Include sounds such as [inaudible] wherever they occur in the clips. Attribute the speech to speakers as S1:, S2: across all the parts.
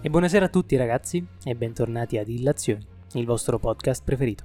S1: E buonasera a tutti ragazzi e bentornati a Dillazioni, il vostro podcast preferito.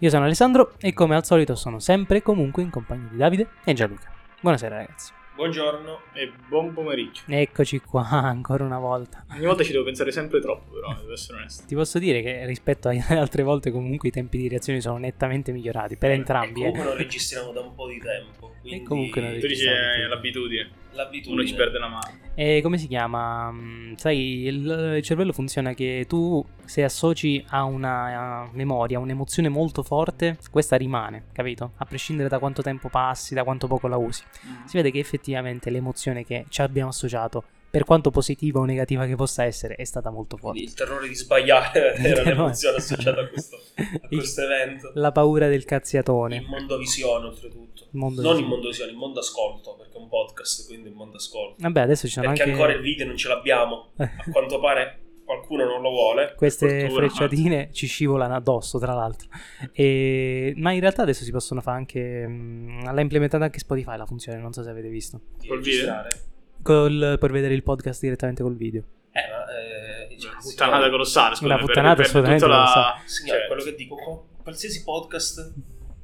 S1: Io sono Alessandro e come al solito sono sempre e comunque in compagnia di Davide e Gianluca. Buonasera ragazzi.
S2: Buongiorno e buon pomeriggio.
S1: Eccoci qua [laughs] ancora una volta.
S2: Ogni volta ci devo pensare sempre troppo, però, devo essere onesto.
S1: Ti posso dire che rispetto alle altre volte comunque i tempi di reazione sono nettamente migliorati per entrambi.
S3: E comunque
S1: eh.
S3: non registriamo da un po' di tempo. Quindi eh,
S1: comunque non
S2: Tu dici
S1: Ci siamo,
S2: è
S1: sì.
S2: l'abitudine, uno
S3: l'abitudine.
S2: ci perde la mano.
S1: E come si chiama? Mm, Sai, il, il cervello funziona che tu se associ a una eh, memoria, un'emozione molto forte, questa rimane, capito? A prescindere da quanto tempo passi, da quanto poco la usi.
S3: Mm.
S1: Si vede che effettivamente l'emozione che ci abbiamo associato, per quanto positiva o negativa che possa essere, è stata molto
S3: Quindi
S1: forte.
S3: Il terrore di sbagliare [laughs]
S1: Il
S3: era
S1: terrore.
S3: l'emozione associata a questo, a
S1: Eh, Il-
S3: questo evento.
S1: La paura del
S3: In
S1: cazziatone.
S3: mondovisione, oltretutto.
S1: Mondo
S3: non
S1: del-
S3: in mondovisione, in mondo ascolto, perché è un podcast, quindi in mondo ascolto.
S1: Vabbè, adesso ci sono
S3: Perché
S1: anche Eh.
S3: ancora il video non
S1: [laughs]
S3: ce l'abbiamo. A quanto pare qualcuno non lo vuole.
S1: queste
S2: fortuna.
S1: frecciatine ci scivolano addosso, tra l'altro. E- Ma in realtà adesso si possono fare anche. mm, L'ha implementata anche Spotify la funzione, non so se avete visto.
S3: di
S2: Col
S3: registrare.
S1: Col- per vedere il podcast direttamente col video.
S3: Eh, ma... Eh, cioè,
S2: Una puttanata colossale, scusa.
S1: Una puttanata assolutamente
S2: la...
S3: Signore,
S2: cioè,
S3: quello che dico, qua, qualsiasi podcast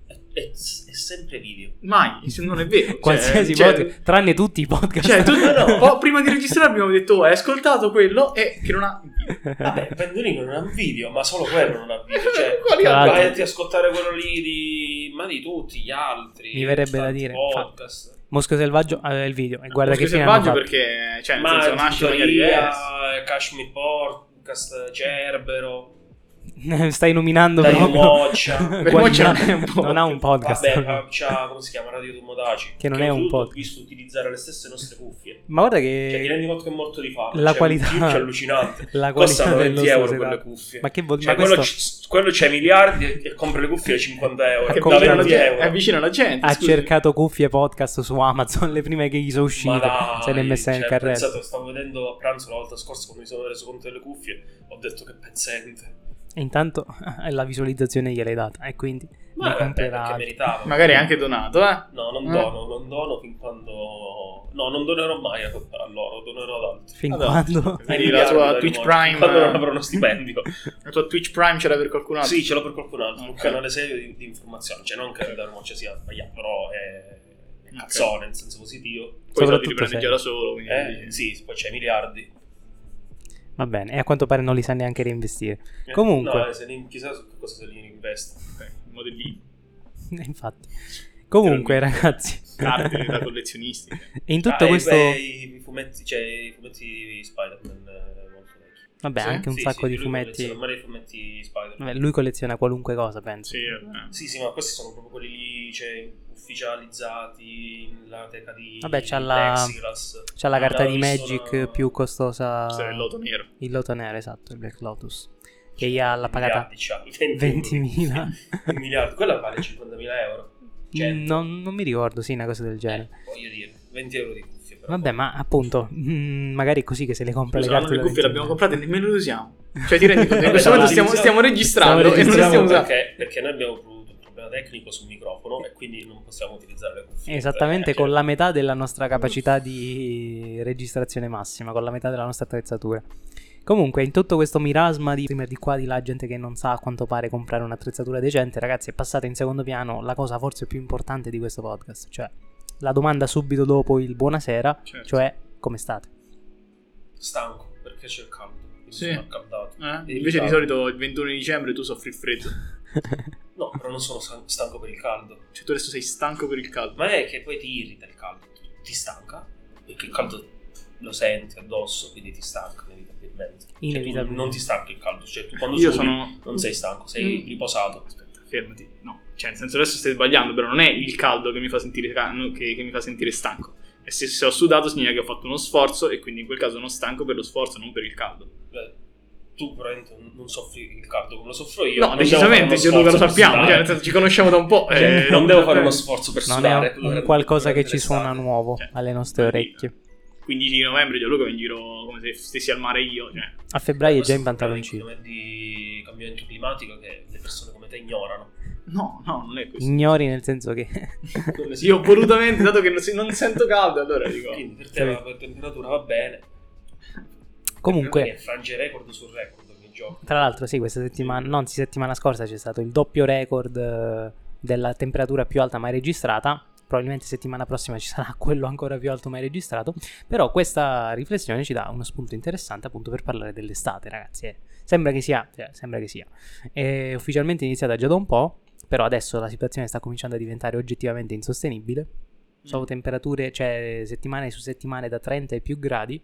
S3: è, è- è sempre video.
S2: Mai, se non è vero. cioè,
S1: Qualsiasi
S2: cioè,
S1: podcast, tranne tutti i podcast. [laughs]
S2: Cioè, tu,
S3: No, no.
S2: oh, prima di registrare abbiamo detto, oh, hai ascoltato quello e che
S3: [laughs]
S2: non ha... [laughs]
S3: Vabbè, Pendolino non ha un video, ma solo quello non ha video. [laughs] Cioè,
S2: Quali
S1: Tra
S2: altri?
S1: l'altro-
S3: vai a ti ascoltare quello lì di... ma di tutti gli altri. eh,
S1: Mi verrebbe da
S3: tanti
S1: dire,
S2: Cioè,
S3: Podcast.
S1: Mosco Selvaggio aveva il video. E guarda
S2: Bosco
S1: che fine hanno
S2: selvaggio
S1: fatto.
S2: perché, cioè, nel
S3: Ma
S2: senso, nasce in
S3: Zittoria,
S2: maniera diversa.
S3: Kashmir Podcast, Cerbero,
S1: [laughs] Stai nominando
S3: Dario
S1: proprio- [laughs]
S3: Moccia.
S2: Per
S1: Quando-
S2: Moccia non è un
S1: [laughs] non ha un podcast.
S3: Vabbè, ma c'ha, come si chiama? Radio Tomodaci.
S1: Che non è un
S3: oltretutto
S1: podcast.
S3: Ho visto utilizzare le stesse nostre cuffie.
S1: Ma guarda
S3: Cioè, ti
S1: che
S3: rendi conto che è morto di fame.
S1: la
S3: Cioè,
S1: qualità
S3: è allucinante.
S1: [laughs] la qualità
S3: Costano 20
S1: dello
S3: euro
S1: Scorsese.
S3: quelle cuffie.
S1: Ma che vuol
S3: Cioè,
S1: ma
S3: quello,
S1: questo
S3: c- quello c'è miliardi e, e compra le cuffie a 50 euro.
S1: Che
S2: Che
S3: Da
S1: compra
S2: vicino
S3: 20
S2: alla gente-
S3: euro.
S2: è vicino
S3: [laughs]
S2: alla gente.
S1: ha
S2: scusi.
S1: cercato cuffie podcast su Amazon [laughs] le prime che gli sono
S3: Ma
S1: uscite,
S3: dai,
S1: se le è messa nel
S3: cioè,
S1: carrello.
S3: pensate, stavo vedendo a pranzo la volta scorsa quando mi sono reso conto delle cuffie. Ho detto che pezzente.
S1: E intanto [laughs] eh, la visualizzazione gliel'hai data e quindi
S3: Ma
S1: ne
S3: vabbè, perché
S1: comprerà.
S3: meritava.
S2: Magari è anche donato, eh.
S3: No, non
S2: Eh.
S3: dono, non dono fin quando. No, non donerò mai a, a loro, donerò ad altri.
S1: Fin
S3: [laughs]
S2: Vabbè.
S1: quando
S2: Vedi
S3: Ai
S2: la
S3: miliardi,
S2: tua
S3: dai,
S2: Twitch
S3: rimorchi,
S2: Prime,
S3: Quando non
S2: eh.
S3: avrò uno
S2: [laughs]
S3: stipendio.
S2: La tua Twitch Prime ce l'ha per qualcun altro.
S3: Sì, ce l'ho per qualcun altro.
S2: Ok.
S3: Un canale serio di, di informazione. Cioè, non che Dario Moccia sia sbagliato, però è. è Cazzone, in senso positivo.
S2: Poi se
S1: Soprattutto
S2: li prende
S1: se-
S2: già da solo. Quindi...
S3: Eh, sì, poi c'è miliardi.
S1: va bene, e a quanto pare non li sa neanche reinvestire. [laughs]
S3: Eh,
S1: Comunque.
S3: No, se ne, chissà su che cosa se li investe.
S2: Ok, modellini,
S1: Infatti. Comunque,
S2: Veramente.
S1: ragazzi,
S2: carte da collezionisti. cioè,
S1: E [laughs] in tutto
S3: Ah, e
S1: questo,
S3: beh, i, i fumetti, cioè i fumetti di Spider-Man eh, molto vecchi.
S1: vabbè,
S2: sì,
S1: anche un
S3: Sì,
S1: sacco
S3: sì,
S1: di
S3: lui
S1: fumetti.
S3: colleziona- Ma i fumetti di Spider-Man.
S1: Vabbè, lui colleziona qualunque cosa, penso.
S2: Sì, eh, vabbè.
S3: Sì, sì, ma questi sono proprio quelli lì, cioè, ufficializzati nella teca di
S1: Vabbè, c'ha la-
S3: Plexiglass. Ah,
S1: C'ha la
S3: Abbiamo
S1: carta di
S3: visto
S1: Magic
S3: una-
S1: più costosa.
S2: Sarà il loto nero.
S1: Il loto nero, esatto, il Black Lotus. Che gli ha la pagata
S3: [laughs] Miliardi, cioè, c'ha, [laughs]
S1: 20.000.
S3: Un miliardo, quella vale 50.000 euro.
S1: Mm, non, non mi ricordo, sì, una cosa del genere.
S3: Eh, voglio dire, 20 euro di cuffie. però.
S1: Vabbè, ma appunto, mm, magari è così che se le compra
S2: Scusa,
S1: le
S2: noi
S1: carte.
S2: le
S1: da
S2: cuffie le
S1: 20.000.
S2: abbiamo comprate e nemmeno le usiamo. Cioè, ti rendi [laughs] conto? In
S3: Vabbè,
S2: questo
S3: ma
S2: momento
S3: la
S2: stiamo,
S3: divisione-
S2: stiamo registrando
S1: stiamo
S2: e non le stiamo
S1: registrando
S2: usando.
S3: perché, perché noi abbiamo avuto un problema tecnico sul microfono e quindi non possiamo utilizzare le cuffie.
S1: Esattamente
S3: Eh,
S1: con
S3: cioè,
S2: certo.
S1: la metà della nostra capacità di registrazione massima, con la metà della nostra attrezzatura. Comunque, in tutto questo mirasma di streamer di qua di là, gente che non sa a quanto pare comprare un'attrezzatura decente, ragazzi, è passata in secondo piano la cosa forse più importante di questo podcast, cioè la domanda subito dopo il buonasera,
S2: Certo.
S1: cioè come state?
S3: Stanco, perché c'è il caldo. Mi
S2: Sì.
S3: sono accaldato.
S2: Eh? Invece di solito il 21 dicembre tu soffri il freddo.
S3: No, però non sono san- stanco per il caldo.
S2: Cioè, tu adesso sei stanco per il caldo.
S3: Ma è che poi ti irrita il caldo, ti stanca, perché il caldo lo senti addosso, quindi ti stanca inevitabilmente. Cioè, tu
S1: Inevitabilmente.
S3: non ti stanca il caldo, cioè tu quando
S2: Io
S3: sudi
S2: sono.
S3: non sei stanco, sei
S2: Mm.
S3: riposato.
S2: Aspetta, fermati. No, cioè, nel senso adesso stai sbagliando, però non è il caldo che mi fa sentire, ca- no, che, che mi fa sentire stanco. E se, se ho sudato significa che ho fatto uno sforzo e quindi in quel caso sono stanco per lo sforzo, non per il caldo.
S3: Beh, tu probabilmente non- non soffri il caldo come lo soffro io.
S2: no,
S3: non devo
S2: decisamente,
S3: fare
S2: Gianluca
S3: uno
S2: lo
S3: sforzo per
S2: sappiamo, cioè,
S3: sudare.
S2: nel senso, ci conosciamo da un po'. eh,
S3: Cioè, non devo fare uno sforzo per
S1: Non
S3: sudare
S1: è un qualcosa che ci suona nuovo
S2: Cioè,
S1: alle nostre
S2: voglio
S1: orecchie.
S2: 15 di novembre Gianluca va in giro come se stessi al mare io, cioè.
S1: A febbraio è già in
S3: pantaloncino.
S1: pantaloncino.
S3: di cambiamento climatico che le persone come te
S1: [laughs]
S3: ignorano.
S2: No, no, non è così.
S1: Ignori nel senso che
S2: Sì, ho volutamente, dato che non, si- non sento caldo, allora dico...
S3: Quindi per te la temperatura va bene.
S1: Comunque,
S3: E frange record su record ogni gioco.
S1: tra l'altro, sì, questa settimana, non sì, settimana scorsa c'è stato il doppio record eh, della temperatura più alta mai registrata. Probabilmente settimana prossima ci sarà [laughs] quello ancora più alto mai registrato. Però questa riflessione ci dà uno spunto interessante appunto per parlare dell'estate, ragazzi. eh. Sembra che sia, cioè, sembra che sia. È ufficialmente iniziata già da un po', però adesso la situazione sta cominciando a diventare oggettivamente insostenibile. Sono temperature, cioè settimane su settimane da 30 e più gradi.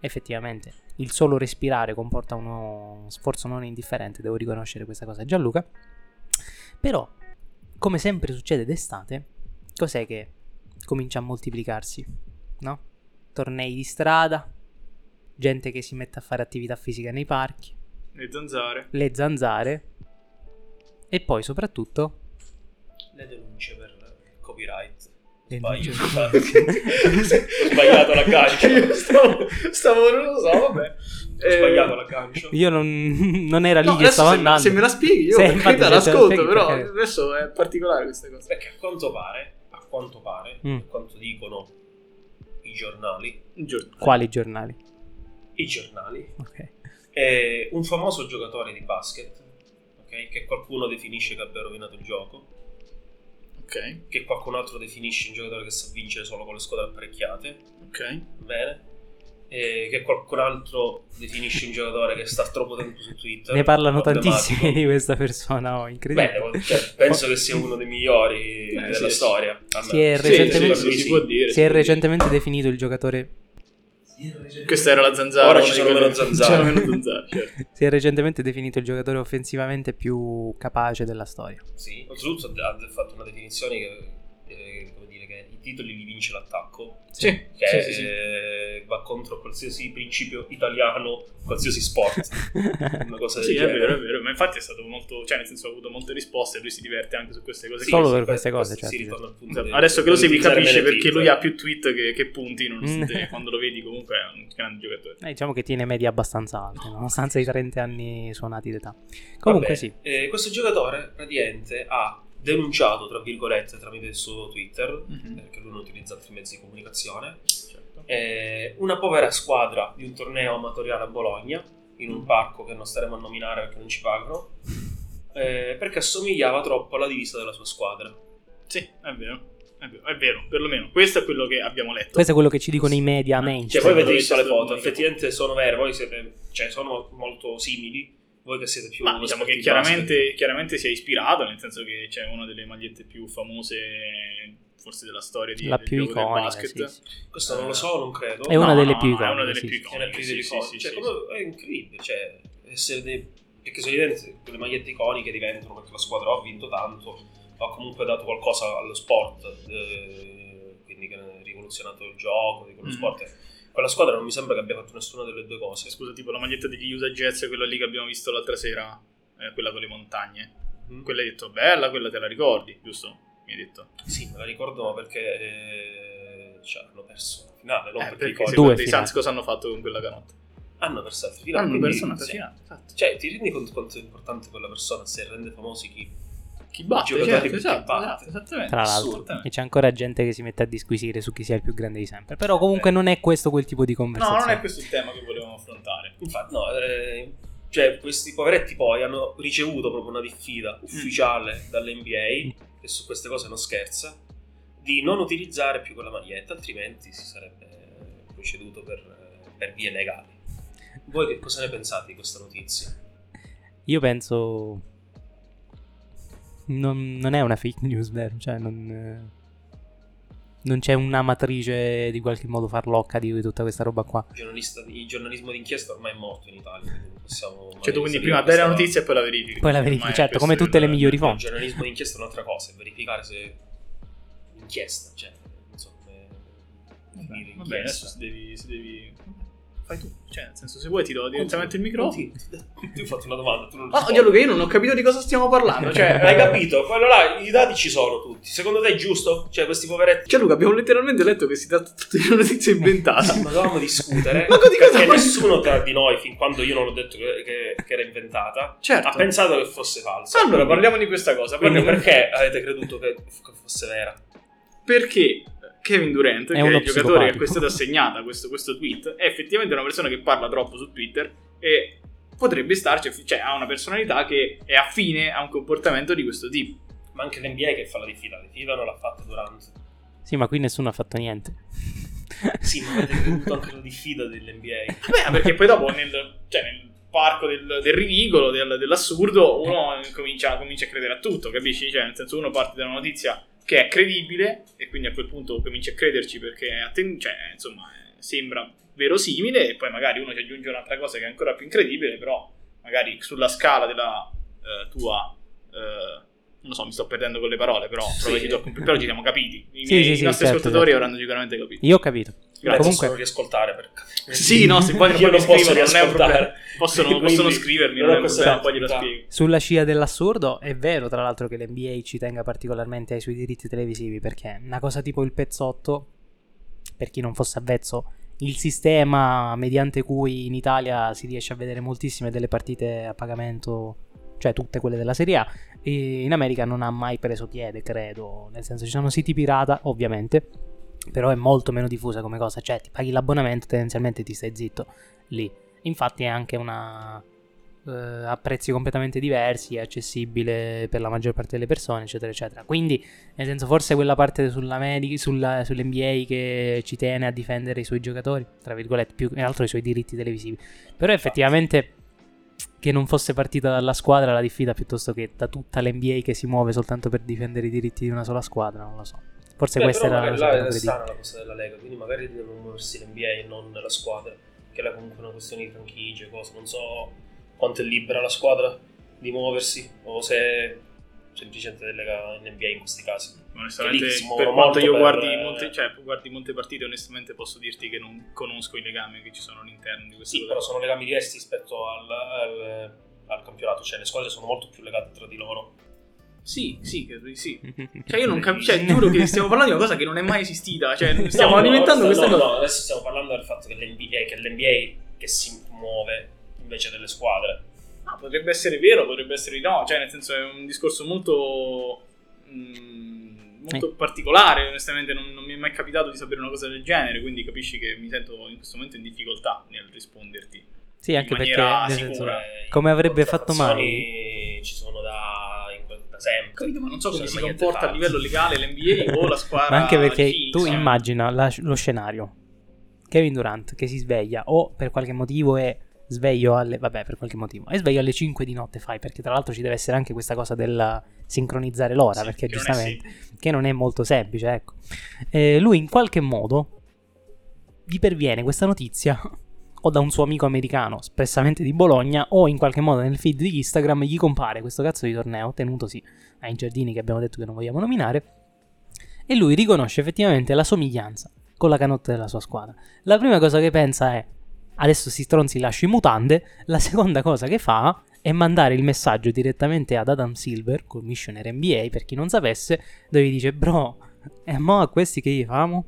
S1: Effettivamente, il solo respirare comporta uno sforzo non indifferente, devo riconoscere questa cosa a Gianluca. Però, come sempre succede d'estate, cos'è che comincia a moltiplicarsi? No? Tornei di strada, gente che si mette a fare attività fisica nei parchi,
S2: Le zanzare.
S1: le zanzare e poi soprattutto
S3: Le denunce per il copyright.
S1: Le
S3: Sbaglio,
S1: denunce.
S3: infatti.
S2: [laughs]
S3: Ho sbagliato la
S2: Io
S3: gancio.
S2: stavo, stavo, non lo so, vabbè. Eh,
S3: Ho sbagliato la gancio.
S1: io non, non era lì
S2: No,
S1: che
S2: adesso
S1: stavo
S2: se,
S1: andando.
S2: se me la spieghi, io
S1: Sì,
S2: per
S1: infatti,
S2: carità
S1: se te la
S2: l'ascolto,
S1: spieghi,
S2: però
S1: per carità.
S2: adesso è particolare questa cosa.
S3: Perché a quanto pare, a quanto pare,
S1: Mm.
S3: a quanto dicono i giornali,
S2: Giuro.
S1: Quali giornali?
S3: i giornali,
S1: Ok.
S3: eh, un famoso giocatore di basket, ok, che qualcuno definisce che abbia rovinato il gioco,
S2: Ok,
S3: che qualcun altro definisce un giocatore che sa vincere solo con le squadre apparecchiate,
S2: ok.
S3: bene, eh, che qualcun altro definisce un giocatore che sta troppo tempo su
S2: Certo,
S3: Twitter.
S1: Ne parlano
S3: problematico.
S1: tantissimi di questa persona, oh, incredibile.
S3: Beh, cioè, penso che sia uno dei migliori
S2: Eh,
S3: della
S2: sì.
S3: storia. almeno.
S1: Si è
S3: Sì,
S1: recentemente-
S3: sì, sì,
S2: si può
S1: si
S2: dire.
S1: è
S2: si può dire.
S1: recentemente definito il giocatore.
S2: Questa era la zanzara.
S3: Ora ci
S2: una
S3: sono
S2: di quelle-
S3: meno
S2: [laughs]
S3: zanzare.
S2: C'erano meno zanzare, certo.
S1: [laughs] Si è recentemente definito il giocatore offensivamente più capace della
S2: [laughs]
S1: storia.
S3: Sì, oltretutto ha ha fatto una definizione che, eh, come dire, che i titoli li vince l'attacco,
S2: Sì,
S3: che
S2: sì, sì, sì.
S3: eh, va contro qualsiasi principio italiano, qualsiasi sport,
S2: [laughs]
S3: una cosa del
S2: Sì, è
S3: genere.
S2: vero, è vero, ma infatti è stato molto, cioè nel senso ha avuto molte risposte, lui si diverte anche su queste cose.
S3: Sì,
S1: Solo
S3: sì,
S1: per queste
S3: questo
S1: cose,
S3: si
S1: certo.
S3: ritorna al punto
S2: Esatto,
S3: del-
S2: Adesso che lo segui
S3: dell'utilizzare
S2: capisci
S3: bene
S2: perché
S3: Twitter.
S2: lui ha più tweet che, che punti,
S1: Mm. [laughs]
S2: nonostante quando lo vedi comunque è un grande giocatore.
S1: Eh, diciamo che tiene medie abbastanza alte, nonostante i 30 anni suonati d'età.
S3: Va
S1: Comunque
S3: bene.
S1: sì,
S3: Eh, questo giocatore praticamente ha denunciato, tra virgolette, tramite il suo Twitter,
S2: Mhm.
S3: perché lui non utilizza altri mezzi di comunicazione,
S2: Certo.
S3: eh, una povera squadra di un torneo amatoriale a Bologna, in
S2: Mm.
S3: un parco che non staremo a nominare perché non ci pagano, eh, perché assomigliava troppo alla divisa della sua squadra.
S2: Sì, è vero. È vero, è vero, perlomeno questo è quello che abbiamo letto.
S1: questo è quello che ci dicono i media
S2: Cioè,
S3: Cioè,
S1: mainstream.
S3: voi
S2: Sì,
S3: avete
S2: sì,
S3: visto
S2: sì,
S3: le
S2: sì,
S3: foto,
S2: sì.
S3: effettivamente sono vere, voi siete, cioè, sono molto simili, voi che siete più...
S2: Ma diciamo
S3: esperti
S2: che
S3: di basket.
S2: chiaramente, chiaramente si è ispirato, nel senso che c'è una delle magliette più famose, forse della storia di,
S1: La
S2: del
S1: più
S2: gioco del
S1: iconica,
S2: basket.
S1: sì, sì.
S3: Questo non lo so, non credo.
S1: È una
S2: No,
S1: delle
S2: no,
S1: più
S2: no, È una
S1: iconiche,
S2: delle
S1: sì,
S2: più
S1: sì.
S3: È una più
S2: iconiche.
S3: delle
S2: sì,
S3: cose.
S2: sì,
S3: cioè,
S2: sì,
S3: come- è incredibile. Cioè, essere dei- perché solitamente quelle magliette iconiche diventano perché la squadra ha vinto tanto, ha comunque dato qualcosa allo sport, eh, quindi che ha rivoluzionato il gioco, di quello
S2: Mm.
S3: sport. Quella squadra non mi sembra che abbia fatto nessuna delle due cose.
S2: sì. Scusa, tipo la maglietta degli Utah Jazz, quella lì che abbiamo visto l'altra sera, eh, quella con le montagne.
S3: Mm.
S2: Quella hai detto bella, quella te la ricordi, giusto? Mi hai detto.
S3: Sì, me la ricordo ma perché eh, cioè, hanno perso la finale, non
S2: Eh,
S3: perché,
S2: perché
S3: ricordo.
S1: Due
S2: secondo te i
S1: finali.
S2: Suns cosa hanno fatto con quella canotta?
S3: hanno perso la finale.
S2: Hanno
S3: quindi,
S2: perso una
S3: sì.
S2: finale, esatto.
S3: Cioè, ti rendi conto quanto è importante quella persona se rende famosi chi
S2: Chi batte,
S3: Giocatori
S2: certo,
S3: che
S2: esatto,
S3: batte.
S2: esatto, esattamente.
S1: Tra l'altro, e
S2: Assolutamente.
S1: c'è ancora gente che si mette a disquisire su chi sia il più grande di sempre. Però comunque non è questo quel tipo di
S2: eh. No,
S1: conversazione.
S2: non è questo il tema che volevamo affrontare.
S3: Infatti, no, eh, cioè, questi poveretti poi hanno ricevuto proprio una
S2: Mm.
S3: diffida ufficiale dall'NBA, che su queste cose non scherza, di non utilizzare più quella maglietta, altrimenti si sarebbe proceduto per, per vie legali. Voi che cosa ne pensate di questa notizia?
S1: Io penso. Non, non è una fake news, vero? Cioè, non. eh, Non c'è un'amatrice di qualche modo farlocca di tutta questa roba qua.
S3: Il, giornalista- il giornalismo d'inchiesta ormai è morto in Italia, quindi non possiamo...
S2: Cioè, tu quindi
S3: magari
S2: prima
S3: salire
S2: dai la
S3: questa-
S2: notizia e poi la verifichi.
S1: Poi la verifichi,
S2: Ormai
S1: certo, come
S2: questo
S1: tutte
S2: è
S1: le
S2: il-
S1: migliori
S3: No, Il
S1: fonti.
S3: giornalismo d'inchiesta è un'altra cosa, è verificare se... Inchiesta, cioè, insomma...
S2: Vabbè, vabbè, adesso se devi, se devi- Fai tu. Cioè, nel senso, se vuoi ti do direttamente il microfono.
S3: [laughs] Ti ho fatto una domanda, tu non
S2: Ah,
S3: rispondi.
S2: Gianluca, io non ho capito di cosa stiamo
S1: [laughs]
S2: parlando. Cioè,
S3: Hai capito? Quello là, i dati ci sono tutti. Secondo te è giusto? Cioè, questi poveretti... [laughs]
S2: Gianluca, abbiamo letteralmente letto che si tratta di una notizia inventata. [laughs]
S3: Ma dovevamo discutere
S2: Ma di cosa
S3: perché
S2: parli?
S3: nessuno tra di noi, fin quando io non ho detto che, che- che era inventata,
S2: Certo.
S3: ha pensato che fosse falsa.
S2: Allora, parliamo di questa cosa.
S3: Quindi
S2: parliamo-
S3: perché avete creduto che, che fosse vera?
S2: Perché Kevin Durant,
S1: È
S2: che è
S1: uno
S2: il giocatore a
S1: psicopatico.
S2: cui è stata assegnata questo, questo tweet, è effettivamente una persona che parla troppo su Twitter e potrebbe starci, cioè ha una personalità che è affine a un comportamento di questo tipo.
S3: Ma anche l'NBA che fa la diffida, la diffida non l'ha fatta Durant.
S1: Sì, ma qui nessuno ha fatto niente.
S3: Sì, ma avete creduto anche alla diffida dell'NBA.
S2: [laughs] Beh, perché poi dopo nel, cioè, nel parco del, del ridicolo, del- dell'assurdo, uno comincia, comincia a credere a tutto, capisci? Cioè, nel senso uno parte da una notizia che è credibile e quindi a quel punto comincia a crederci perché è atten- cioè, insomma, eh, sembra verosimile e poi magari uno ci aggiunge un'altra cosa che è ancora più incredibile, però magari sulla scala della eh, tua... eh, non lo so, mi sto perdendo con le parole, però,
S3: Sì.
S2: provaci tu a comp- però ci siamo capiti. I,
S1: Sì,
S2: miei-
S1: sì,
S2: i
S1: sì,
S2: nostri
S1: certo,
S2: ascoltatori
S1: certo.
S2: avranno sicuramente capito.
S1: Io ho capito.
S3: Grazie,
S1: Comunque-
S3: Comunque... riascoltare per capire.
S2: Sì, no,
S3: [laughs]
S2: se poi
S3: Io
S2: non
S3: non posso
S2: scrivere, non è un
S3: riascoltare.
S2: problema. Possono,
S3: Quindi,
S2: possono scrivermi, non
S3: non
S2: è
S3: ho
S2: un
S3: questa
S2: problema, poi glielo
S3: possibilità.
S2: spiego.
S1: Sulla scia dell'assurdo, è vero tra l'altro che l'NBA ci tenga particolarmente ai suoi diritti televisivi, perché una cosa tipo il pezzotto, per chi non fosse avvezzo, il sistema mediante cui in Italia si riesce a vedere moltissime delle partite a pagamento, cioè tutte quelle della Serie A, e in America non ha mai preso piede, credo, nel senso ci sono siti pirata, ovviamente, però è molto meno diffusa come cosa, cioè ti paghi l'abbonamento tendenzialmente ti stai zitto lì. Infatti è anche una eh, a prezzi completamente diversi, è accessibile per la maggior parte delle persone, eccetera, eccetera. Quindi, nel senso, forse quella parte sull'Ameri- sulla- sull'NBA che ci tiene a difendere i suoi giocatori, tra virgolette, più che altro i suoi diritti televisivi. Però effettivamente che non fosse partita dalla squadra la diffida piuttosto che da tutta l'NBA che si muove soltanto per difendere i diritti di una sola squadra, non lo so. Forse
S3: Beh,
S1: questa
S3: però
S1: era la
S3: magari
S1: cosa
S3: là
S1: che
S3: è
S1: potrei dire.
S3: strana la cosa della Lega, quindi magari devono muoversi l'NBA e non la squadra, che era comunque una questione di franchigie, cose. Non so quanto è libera la squadra di muoversi o se semplicemente delega in NBA in questi casi.
S2: Onestamente,
S3: Che lì si
S2: per
S3: muovono molto
S2: quanto
S3: eh.
S2: io
S3: per-
S2: guardi, molte, cioè, guardi molte partite, onestamente posso dirti che non conosco i legami che ci sono all'interno di questa
S3: Sì, però sono legami diversi rispetto al, al- al campionato, cioè le squadre sono molto più legate tra di loro.
S2: Sì, sì, credo di sì. Cioè, io non capisco, cioè, giuro che stiamo parlando di una cosa che non è mai esistita.
S3: [laughs]
S2: Cioè, stiamo
S3: No, no,
S2: alimentando
S3: adesso-
S2: questa
S3: no,
S2: cosa.
S3: no, adesso stiamo parlando del fatto che l'NBA, che l'NBA che si muove invece delle squadre.
S2: Ah, potrebbe essere vero, potrebbe essere no. Cioè, nel senso, è un discorso molto. mm, molto particolare. Onestamente, non, non mi è mai capitato di sapere una cosa del genere. Quindi capisci che mi sento in questo momento in difficoltà nel risponderti.
S1: [laughs] Sì, anche
S2: in
S1: perché
S2: maniera
S1: nel
S2: sicura,
S1: senso,
S3: Eh,
S1: come avrebbe fatto mai
S3: contraffazioni Ci sono da, in- da sempre.
S2: Capito, ma non so come
S3: Sono
S2: si
S3: magliette
S2: comporta a
S3: false.
S2: livello legale l'NBA o la squadra.
S1: Ma anche perché
S2: di Phoenix,
S1: tu
S2: eh.
S1: immagina la- lo scenario. Kevin Durant che si sveglia o per qualche motivo è sveglio alle... Vabbè, per qualche motivo. È sveglio alle 5 di notte, fai, perché tra l'altro ci deve essere anche questa cosa del sincronizzare l'ora,
S2: Sì,
S1: perché
S2: che non è
S1: giustamente...
S2: semplice.
S1: che non è molto semplice, ecco. Eh, lui in qualche modo gli perviene questa notizia [laughs] o da un suo amico americano, espressamente di Bologna, o in qualche modo nel feed di Instagram gli compare questo cazzo di torneo, tenutosi ai giardini che abbiamo detto che non vogliamo nominare, e lui riconosce effettivamente la somiglianza con la canotta della sua squadra. La prima cosa che pensa è, adesso si stronzi lasci mutande, la seconda cosa che fa è mandare il messaggio direttamente ad Adam Silver, commissioner NBA, per chi non sapesse, dove gli dice, bro, e mo a questi che gli famo?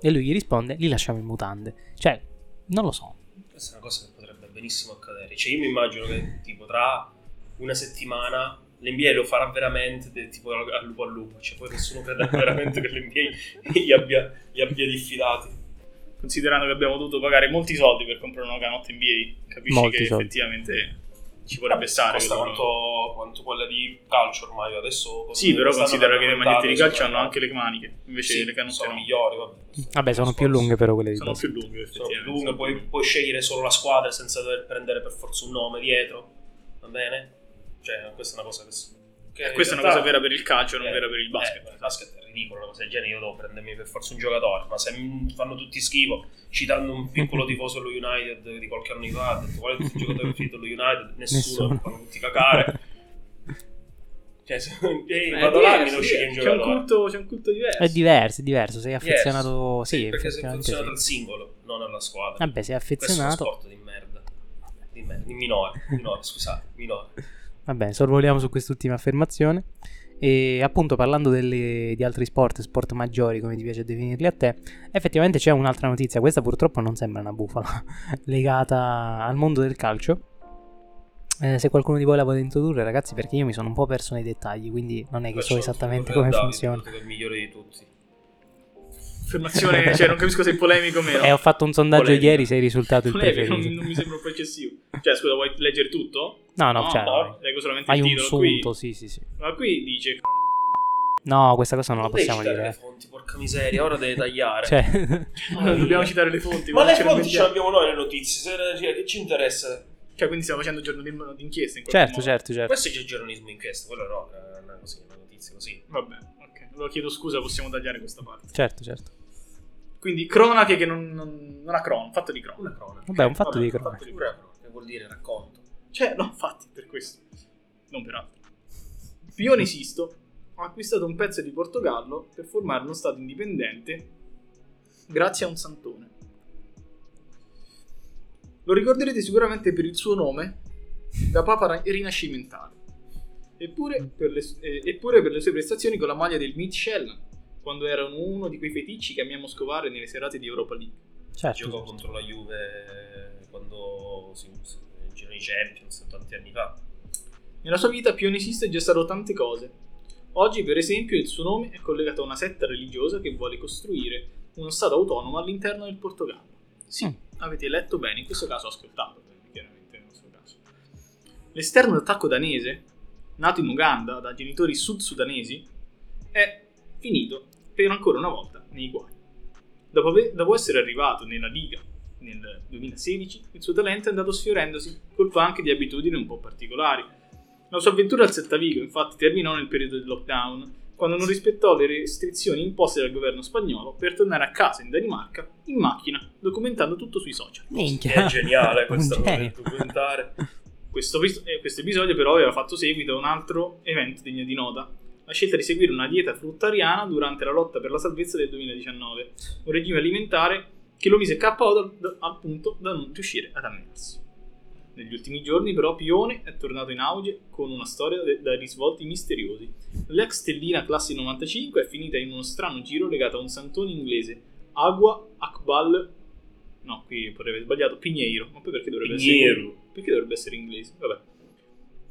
S1: E lui gli risponde, li lasciamo in mutande. Cioè, non lo so.
S3: Questa è una cosa che potrebbe benissimo accadere. Cioè, io mi immagino che tipo tra una settimana l'NBA lo farà veramente del tipo al lupo al lupo. Cioè, poi nessuno crede veramente che l'NBA gli abbia, gli abbia diffidati.
S2: Considerando che abbiamo dovuto pagare molti soldi per comprare una canotta NBA, capisci
S1: Molti
S2: che
S1: soldi.
S2: effettivamente ci potrebbe stare.
S3: Costa
S2: che loro-
S3: quanto, quanto quella di calcio ormai adesso.
S2: Sì, però
S3: quest'anno
S2: considera
S3: l'hanno
S2: che le magliette di calcio hanno
S3: aumentato,
S2: anche le maniche, invece
S3: sì,
S2: le canotte
S3: sono
S2: no.
S3: migliori. Vabbè,
S1: Vabbè, sono più lunghe però quelle di
S2: Sono
S1: basket.
S2: più lunghe,
S3: Sono più
S2: effettivamente.
S3: lunghe,
S2: sono più
S3: puoi,
S2: lunghe.
S3: puoi scegliere solo la squadra senza dover prendere per forza un nome dietro. Va bene? Cioè, questa è una cosa che. che
S2: Eh, Questa è
S3: in
S2: una cosa
S3: realtà-
S2: vera per il calcio, non
S3: eh,
S2: vera per il basket.
S3: eh, il basket è ridicolo, una cosa del genere. Io devo prendermi per forza un giocatore. Ma se mi fanno tutti schifo, citando
S1: [laughs]
S3: un piccolo tifoso allo United di qualche anno fa, ha detto qual è il tuo giocatore preferito allo United? Nessuno,
S1: Nessuno.
S3: mi fanno tutti cacare. Cioè, se, [laughs] eh,
S2: Eh,
S3: vado là e mi
S2: diverso,
S3: devo scegliere un
S2: c'è, un
S3: giocatore.
S2: culto, c'è un culto diverso.
S1: [laughs] È diverso, è diverso. Sei
S3: Yes.
S1: affezionato... Sì,
S3: perché sei
S1: effettivamente sì.
S3: affezionato al singolo, non alla squadra.
S1: Vabbè, sei
S3: Questo è uno
S1: affezionato.
S3: sport di merda. Di merda, di minore, minore, scusate, minore.
S1: Vabbè, sorvoliamo su quest'ultima affermazione. E appunto parlando delle- di altri sport, sport maggiori come ti piace definirli a te, effettivamente c'è un'altra notizia, questa purtroppo non sembra una bufala, [laughs] legata al mondo del calcio. Eh, se qualcuno di voi la vuole introdurre ragazzi perché io mi sono un po' perso nei dettagli, quindi non è che so
S3: Faccio un
S2: eh,
S1: esattamente
S3: favore a
S1: come
S3: Davide,
S1: funziona.
S3: che è il migliore di tutti.
S1: [laughs]
S2: affermazione, cioè non capisco se è polemico o meno.
S1: Eh, ho fatto un sondaggio
S3: Polemica.
S1: ieri, sei risultato il
S2: Polemico, non,
S1: preferito.
S2: non mi sembra un po' eccessivo. Cioè, scusa, vuoi leggere tutto?
S1: No, no, cioè,
S2: boh, leggo solamente
S1: hai
S2: il
S1: un
S2: titolo. Qui,
S1: sunto, sì, sì, sì.
S2: ma qui dice...
S3: [laughs]
S1: No, questa cosa non la
S3: devi
S1: possiamo
S3: citare
S1: dire. eh.
S3: le fonti, porca miseria, ora deve tagliare.
S1: Cioè, [laughs]
S2: No, dobbiamo citare le
S3: [laughs]
S2: fonti.
S3: Ma
S2: guarda,
S3: le
S2: ce ne
S3: fonti cioè. ce le
S2: inventiamo.
S3: abbiamo noi le notizie, se- cioè, che ci interessa?
S2: Cioè, quindi stiamo facendo giorno d'inchiesta in qualche
S1: certo,
S2: modo.
S1: certo, certo.
S3: Questo è già giornalismo inchiesta, quello no, è eh, una, così, una notizia così.
S2: Vabbè, ok. Allora chiedo scusa, possiamo tagliare questa parte.
S1: Certo, certo.
S2: Quindi cronache che non, non, non ha cron, fatto di cron.
S3: Una cronaca.
S1: Vabbè, un fatto
S2: Vabbè,
S1: di
S2: un
S1: cronaca.
S2: fatto di
S3: Una cronaca, che vuol dire racconto.
S2: Cioè, no, infatti, per questo. Non per altro. Dionisisto ha acquistato un pezzo di Portogallo per formare uno stato indipendente grazie a un santone. Lo ricorderete sicuramente per il suo nome da papa ra- rinascimentale, eppure per, le, eh, eppure per le sue prestazioni con la maglia del Midtjylland, quando erano uno di quei feticci che amiamo scovare nelle serate di Europa League.
S1: Certo.
S3: Giocò
S1: certo.
S3: contro la Juve quando si in giro di Champions tanti anni fa.
S2: Nella sua vita Pionisista è gestato tante cose. Oggi, per esempio, il suo nome è collegato a una setta religiosa che vuole costruire uno stato autonomo all'interno del Portogallo. Sì,
S1: Mm.
S2: avete letto bene, in questo caso ho ascoltato, perché chiaramente è il nostro caso. L'esterno d'attacco danese, nato in Uganda da genitori sud-sudanesi, è finito per ancora una volta nei guai. Dopo, ave- dopo essere arrivato nella Liga nel 2016, il suo talento è andato sfiorendosi, colpa anche di abitudini un po' particolari. La sua avventura al Settavigo, infatti, terminò nel periodo del lockdown, quando non rispettò le restrizioni imposte dal governo spagnolo per tornare a casa in Danimarca in macchina, documentando tutto sui social.
S1: Minchia.
S3: È geniale
S1: Un
S3: questa cosa del
S1: genio.
S3: documentare.
S2: Questo, vis- eh, questo episodio però aveva fatto seguito a un altro evento degno di nota, la scelta di seguire una dieta fruttariana durante la lotta per la salvezza del 2019, un regime alimentare che lo mise KO dal, da- al punto da non riuscire ad annettersi. Negli ultimi giorni però Pione è tornato in auge con una storia de- dai risvolti misteriosi. L'ex stellina classe 95 è finita in uno strano giro legato a un santone inglese, Agua Akbal... No, qui potrebbe aver sbagliato, Pigneiro, ma poi perché dovrebbe essere...
S3: Pigneiro.
S2: Perché dovrebbe essere inglese? Vabbè.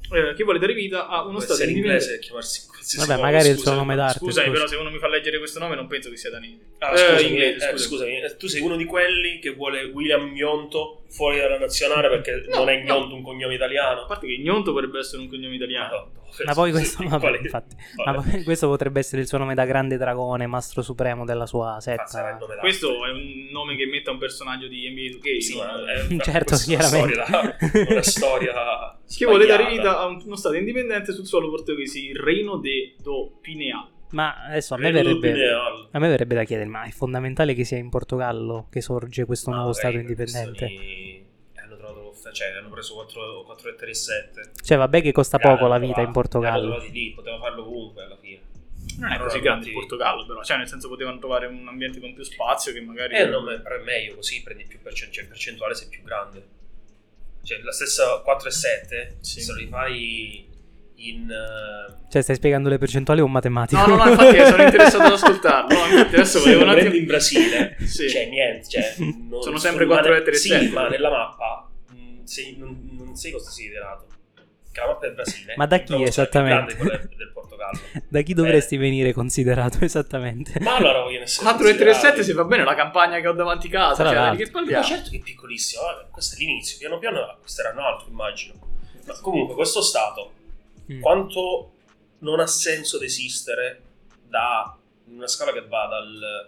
S2: Eh, che vuole dare vita a uno
S3: Può
S2: stato
S3: essere inglese
S2: indipendente.
S3: e chiamarsi in qualsiasi
S1: Vabbè,
S3: modo,
S1: magari il suo
S3: scusa.
S1: nome d'arte.
S2: Scusami,
S1: scusa.
S2: però se uno mi fa leggere questo nome non penso che sia danese.
S3: Ah,
S2: Eh,
S3: scusami,
S2: inglese,
S3: eh,
S2: scusa.
S3: scusami, eh, tu sei uno di quelli che vuole William Gnonto fuori dalla nazionale perché
S2: [laughs] No,
S3: non è
S2: no.
S3: Gnonto un cognome
S2: A
S3: italiano.
S2: parte che Gnonto potrebbe essere un cognome italiano.
S3: Madonna,
S1: Ma poi
S3: [laughs]
S1: questo,
S3: sì,
S1: vabbè,
S3: quale-
S1: infatti. Ma
S3: quale-
S1: poi questo potrebbe essere il suo nome da grande dragone, mastro supremo della
S2: Ah,
S1: sua
S3: sarà il
S1: setta.
S3: nome d'arte.
S2: Questo è un nome che mette a un personaggio di NBA 2K.
S3: esatto. Sì,
S2: no?
S3: ma
S2: Eh,
S3: è
S1: [laughs]
S3: una-
S1: Certo,
S3: questa è una
S1: chiaramente.
S3: storia da- una storia
S2: Che vuole
S3: sbagliata.
S2: dare vita a un- uno stato indipendente sul suolo portoghese, il Reino de do Pineal.
S1: Ma adesso [laughs] a me
S3: Renato
S1: verrebbe.
S2: eh.
S3: Pineal.
S1: A me verrebbe da chiedere, ma è fondamentale che sia in Portogallo che sorge
S2: Ah,
S1: questo
S3: Ma
S1: nuovo
S3: magari
S1: Stato
S3: per
S1: indipendente.
S3: questioni- Hanno trovato l'offerta, cioè hanno preso 4, 4 ettari e 7.
S1: Cioè, vabbè che costa poco la vita in Portogallo.
S3: lì, poteva farlo ovunque alla fine.
S2: Non è
S3: Allora,
S2: così grande il
S3: quindi-
S2: Portogallo, però. Cioè, nel senso potevano trovare un ambiente con più spazio che magari...
S3: Eh, no, ma è meglio così, prendi più percent- cioè, il percentuale sei più grande. Cioè, la stessa 4 e 7,
S2: Sì.
S3: se lo rifai in... eh,
S1: Cioè, stai spiegando le percentuali o un matematico?
S2: No, no, no, infatti
S1: [laughs]
S2: sono interessato ad ascoltarlo. No, infatti adesso
S3: se
S2: volevo
S3: lo
S2: un attimo...
S3: prendi in Brasile,
S2: [laughs] Sì.
S3: cioè niente,
S2: [laughs]
S3: cioè, non-
S2: Sono sempre quattro
S3: ma-
S2: ettari e
S3: Sì,
S2: sette.
S3: ma nella mappa mh, sei- non, non sei considerato. Che la mappa del Brasile.
S1: Ma da chi
S3: trovo sia più grande
S1: esattamente?
S3: di quella del Portogallo.
S1: [laughs] da chi dovresti
S2: Eh.
S1: venire considerato [laughs] esattamente?
S3: Ma allora vogliono essere
S2: 4 e 3 e 7
S3: considerati.
S2: se va bene la campagna che ho davanti casa.
S1: Tra
S2: Cioè, di
S1: l'altro.
S2: che
S3: Ma
S2: parliamo?
S3: certo che è piccolissimo, vabbè, questo è l'inizio, piano piano acquisteranno altro, immagino. Ma comunque questo Stato,
S1: Mm.
S3: quanto non ha senso ad esistere da in una scala che va dal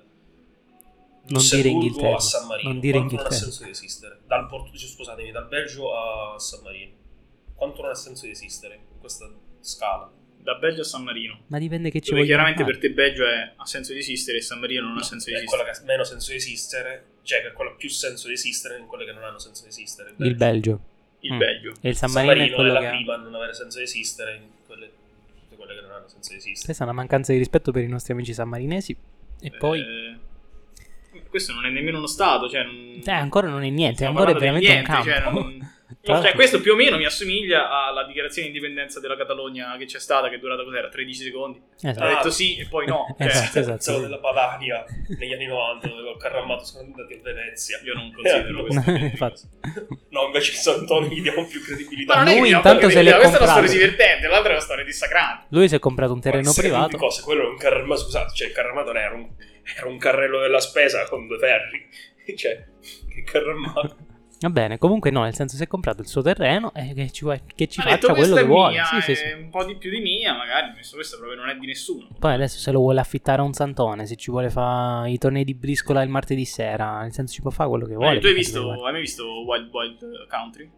S1: Non dire
S3: Lussemburgo
S1: Inghilterra.
S3: a San Marino,
S1: Non dire
S3: quanto non ha
S1: Inghilterra.
S3: senso di esistere? Dal Porto, cioè, scusatemi, dal Belgio a San Marino. Quanto non ha senso di esistere in questa scala?
S2: Da Belgio a San Marino.
S1: Ma dipende che ci
S2: Dove
S1: vogliono
S2: chiaramente
S1: fare.
S2: per te Belgio è, ha senso di esistere e San Marino non ha senso di
S3: È
S2: esistere.
S3: quella che ha meno senso di esistere, cioè che ha quella più senso di esistere in quelle che non hanno senso di esistere.
S1: Il Belgio.
S2: Il
S1: Mm.
S2: Belgio.
S1: E il San
S3: San
S1: Marino,
S3: Marino
S1: è
S3: è
S1: quello
S3: la
S1: che ha...
S3: prima a non avere senso di esistere in quelle, tutte quelle che non hanno senso di esistere.
S1: Questa è una mancanza di rispetto per i nostri amici sammarinesi. E poi...
S2: Eh, questo non è nemmeno uno stato, cioè... Non...
S1: Eh, ancora non è niente,
S2: stiamo
S1: ancora è
S2: parlando
S1: veramente
S2: di
S1: un
S2: niente,
S1: campo.
S2: cioè,
S1: [laughs]
S2: non-
S1: Tra l'altro-
S2: Cioè, questo più o meno mi assomiglia alla dichiarazione di indipendenza della Catalogna che c'è stata, che è durata cos'era? 13 secondi.
S1: Esatto.
S2: Ha detto sì e poi
S1: [laughs]
S2: no. Cioè,
S1: Esatto, esatto,
S2: [laughs]
S3: Pensavo
S1: sì.
S3: della Padania negli anni 90 dove col carro armato sono andati a Venezia.
S2: Io non considero
S3: Eh,
S1: [laughs]
S2: questo.
S1: Infatti.
S3: No, invece il Santoni gli diamo più credibilità.
S1: Ma non è Lui
S2: che
S1: intanto
S2: abbiamo-
S1: se l'è
S2: Questa è una
S1: comprato.
S2: storia divertente, l'altra è una storia dissacrante.
S1: Lui si è comprato un terreno
S3: Ma che
S1: privato.
S3: Cose, quello è un carro armato, scusate, cioè il carro armato non era un, era un carrello della spesa con due ferri. [laughs] cioè, che carro armato.
S1: Va bene, comunque no, nel senso se è comprato il suo terreno e che ci, vuoi- che ci
S2: Ha
S1: faccia
S2: detto,
S1: quello
S2: "Questa
S1: che
S2: è
S1: vuole.
S2: mia,
S1: Sì,
S2: eh.
S1: sì,
S2: è
S1: sì.
S2: Un po' di più di mia, magari. Messo questa proprio non è di nessuno.
S1: Poi adesso se lo vuole affittare a un santone, se ci vuole fare i tornei di briscola il martedì sera, nel senso ci può fare quello che vuole.
S2: Eh, tu hai,
S1: che cazzo vuole.
S2: visto, hai mai visto Wild Wild Country?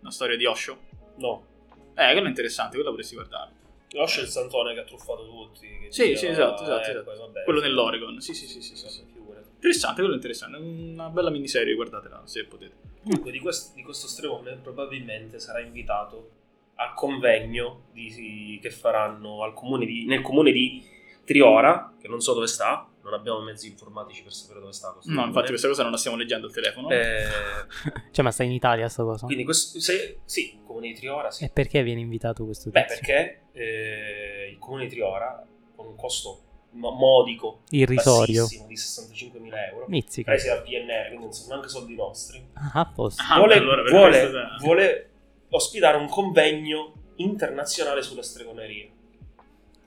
S2: Una storia di Osho?
S3: No,
S2: Eh, quella è interessante, quella potresti guardare.
S3: lascia il Santone che ha truffato tutti. che
S2: Sì,
S3: diceva,
S2: sì, esatto, esatto,
S3: eh,
S2: esatto.
S3: poi vabbè,
S2: Quello
S3: sì.
S2: nell'Oregon, sì, sì, sì, sì, sì, sì.
S3: Vabbè, figurati.
S2: Interessante, quello è interessante. Una bella miniserie, guardatela se potete.
S3: Comunque, di, quest- di questo stregone probabilmente sarà invitato al convegno di- che faranno al comune di- nel comune di Triora, che non so dove sta, non abbiamo mezzi informatici per sapere dove sta. questo
S2: No, infatti
S3: comune.
S2: questa cosa non la stiamo leggendo al telefono.
S3: Mm, Eh,
S1: Cioè, ma stai in Italia sta cosa?
S3: quindi questo, se- sì, il comune di Triora, sì.
S1: E perché viene invitato questo
S3: Beh,
S1: tizio?
S3: perché eh, il comune di Triora, con un costo mo- modico,
S1: Irrisorio.
S3: bassissimo, di 65.000 euro,
S1: Mizzica.
S3: presi dal PNR, quindi non sono neanche soldi nostri,
S1: Ah, a posto.
S2: Ah,
S3: vuole,
S2: beh, allora per
S3: vuole-
S2: questo sarà-
S3: vuole ospitare un convegno internazionale sulla stregoneria.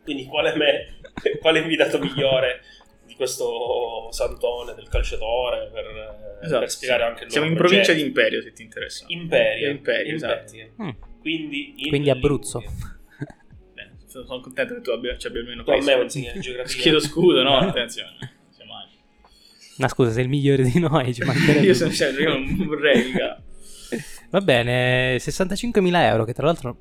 S3: Quindi quale, me, [laughs] quale invitato migliore di questo santone, del calciatore, per, eh,
S2: Esatto.
S3: per spiegare anche il
S2: Siamo in
S3: loro
S2: provincia di
S3: progetto.
S2: Imperio, se ti interessa.
S3: Imperia.
S2: Imperia, esatto.
S1: Mm.
S3: Quindi, in
S1: Quindi Abruzzo.
S3: Liguria.
S2: Bene, sono sono contento che tu abbia, ci abbia almeno
S3: Tu a me
S2: questo.
S3: vuoi
S2: [laughs]
S3: insegnare geografia?
S2: Chiedo
S3: [laughs]
S2: scusa, no, attenzione. Siamo anni.
S1: Ma scusa, sei il migliore di noi,
S2: [laughs]
S1: ci mancherebbe.
S2: Io sono certo sempre, io non vorrei, raga.
S1: Va bene, 65.000 euro, che tra l'altro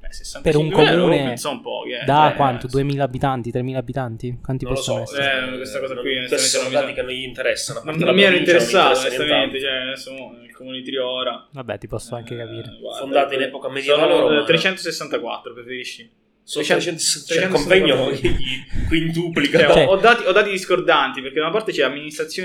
S2: Beh, 65
S1: Per un
S2: euro,
S1: comune
S2: penso un po', che-
S1: da
S2: eh,
S1: quanto?
S2: sì.
S1: 2.000 abitanti, 3.000 abitanti? Quanti
S3: Non lo
S1: possono
S3: so,
S1: essere?
S2: Eh, questa cosa qui,
S3: non,
S2: onestamente,
S3: questi sono
S2: non mi
S3: dati
S2: sa-
S3: che non gli interessano. a
S2: Non,
S3: parte
S2: non
S3: la
S2: mi ero
S3: provincia, non
S2: interessato,
S3: mi interessa
S2: onestamente.
S3: nient'altro.
S2: Cioè, adesso mo, il comune di Triora.
S1: Vabbè, ti posso anche
S2: eh,
S1: capire.
S2: guarda,
S3: Fondate in
S2: eh,
S3: epoca medievale
S2: sono, eh,
S3: romana.
S2: 364, preferisci?
S3: Sono
S2: 300
S3: 300 cioè, il convegno
S2: 300
S3: [laughs] gli quintuplica.
S2: Cioè,
S1: Cioè-
S2: ho, ho dati, ho dati discordanti, perché da una parte c'è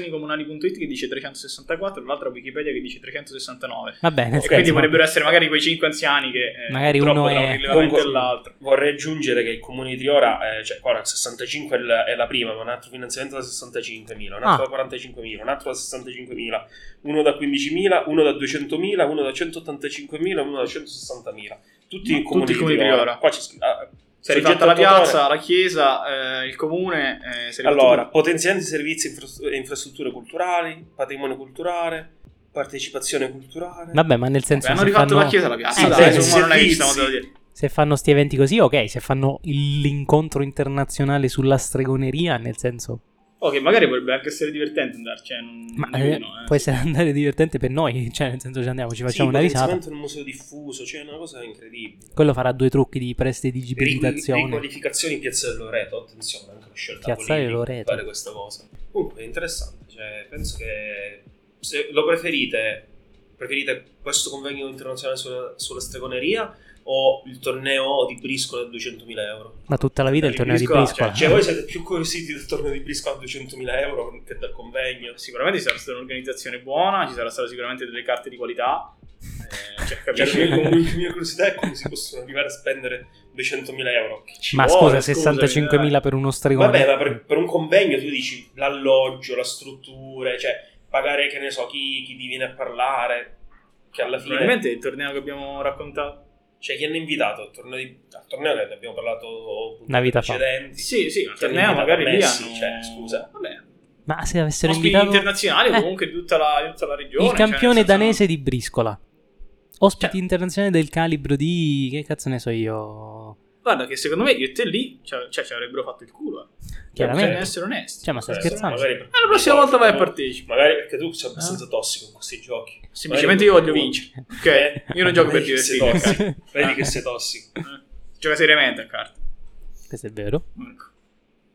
S2: amministrazionicomunali.it che dice 364, dall'altra Wikipedia che dice 369.
S1: Va bene,
S2: E
S1: Eh, scherzo,
S2: quindi
S1: ma-
S2: potrebbero essere magari quei 5 anziani che eh,
S1: Magari
S2: purtroppo
S1: uno
S2: tra un
S1: è-
S2: rilevamento e
S3: Comunque-
S2: l'altro.
S3: Vorrei aggiungere che il comune di Triora, eh, cioè qua la 65 è la, è la prima, ma un altro finanziamento da 65.000, un
S2: Ah.
S3: altro da 45.000, un altro da 65.000, uno da 15.000, uno da 200.000, uno da 185.000, uno da 160.000. Tutti
S2: Ma
S3: i comuni
S2: tutti i comuni
S3: di
S2: di
S3: Triora.
S2: Triora.
S3: Qua ci scri- ah,
S2: Si è rifatta
S3: soggetto
S2: la
S3: attuatore.
S2: piazza, la chiesa, eh, il comune. eh, si è rifatto
S3: Allora,
S2: tutto.
S3: potenziamento di servizi e infra- e infrastrutture culturali, patrimonio culturale, partecipazione culturale.
S1: Vabbè, ma nel senso
S2: Beh, hanno
S1: se
S2: rifatto
S1: fanno,
S2: la chiesa, la piazza.
S1: Eh,
S2: dai,
S1: sì,
S2: insomma, non è che ci stiamo
S3: servizi.
S2: da dire.
S1: se fanno sti eventi così, ok, se fanno il- l'incontro internazionale sulla stregoneria, nel senso...
S2: Oh, che magari potrebbe anche essere divertente andarci. eh, non-
S1: Ma
S2: non
S1: eh,
S2: dico di no, eh.
S1: può essere [laughs] andare divertente per noi, cioè nel senso ci andiamo, ci facciamo
S3: sì,
S1: una risata.
S3: potenziamento del museo diffuso, cioè è una cosa incredibile.
S1: Quello farà due trucchi di prestidigitazione.
S3: riqualificazioni Piazza del Loreto, attenzione anche la scelta
S1: Piazza del
S3: politica di
S1: Loreto.
S3: fare questa cosa. Comunque è interessante, cioè, penso che se lo preferite, preferite questo convegno internazionale sulla, sulla stregoneria o il torneo di briscola a 200.000 euro?
S1: Ma tutta la vita il
S2: Di
S1: torneo di
S2: briscola,
S1: briscola.
S3: Cioè voi siete più curiositi del torneo di briscola a 200.000 euro che dal convegno?
S2: Sicuramente ci sarà stata un'organizzazione buona, ci sarà stata sicuramente delle carte di qualità. eh,
S3: Cioè,
S2: cioè, capisci?
S3: la mia- [laughs] la mia curiosità è come si possono arrivare a spendere 200.000 euro. Che ci
S1: Ma
S2: vuole,
S1: scusa,
S2: scusami, eh.
S1: 65.000
S2: dai.
S1: per uno stregone.
S3: Vabbè, ma per, per un convegno tu dici l'alloggio, la struttura, cioè pagare che ne so chi, chi ti viene a parlare, che alla fine...
S2: Probabilmente il torneo che abbiamo raccontato.
S3: Cioè chi hanno invitato al torneo, di- al torneo che ne abbiamo parlato
S1: Una vita fa.
S3: precedenti. Eh,
S2: Sì, sì, il
S3: Che hanno
S2: torneo
S3: invitato
S2: magari lì
S3: Cioè, Messi,
S2: hanno...
S3: cioè, scusa.
S2: Vabbè,
S1: Ma se avessero
S2: ospiti
S1: invitato
S2: internazionali
S1: Eh.
S2: o comunque di tutta la, di tutta la regione.
S1: il
S2: cioè, nel
S1: campione
S2: senso,
S1: danese di briscola, ospiti
S2: Cioè.
S1: internazionali del calibro di... che cazzo ne so io...
S2: no. Guarda che secondo me io e te lì cioè, cioè, ci avrebbero fatto il culo. eh. Bisogna
S1: Chiaramente.
S2: essere onesti.
S1: Cioè, ma stai
S2: Cioè,
S1: scherzando?
S2: magari-
S3: per-
S2: Eh, la prossima
S3: no,
S2: volta vai a
S3: no,
S2: partecipa.
S3: Magari perché tu
S1: Ah.
S3: sei abbastanza tossico in questi giochi.
S2: Semplicemente io voglio vincere. Ok? Io non gioco per
S3: Vedi che sei
S2: divertirmi.
S3: tossico.
S2: [laughs]
S3: Vedi che sei tossico.
S2: Eh, Gioca seriamente a carte.
S1: Questo è vero. [laughs]
S2: Ecco.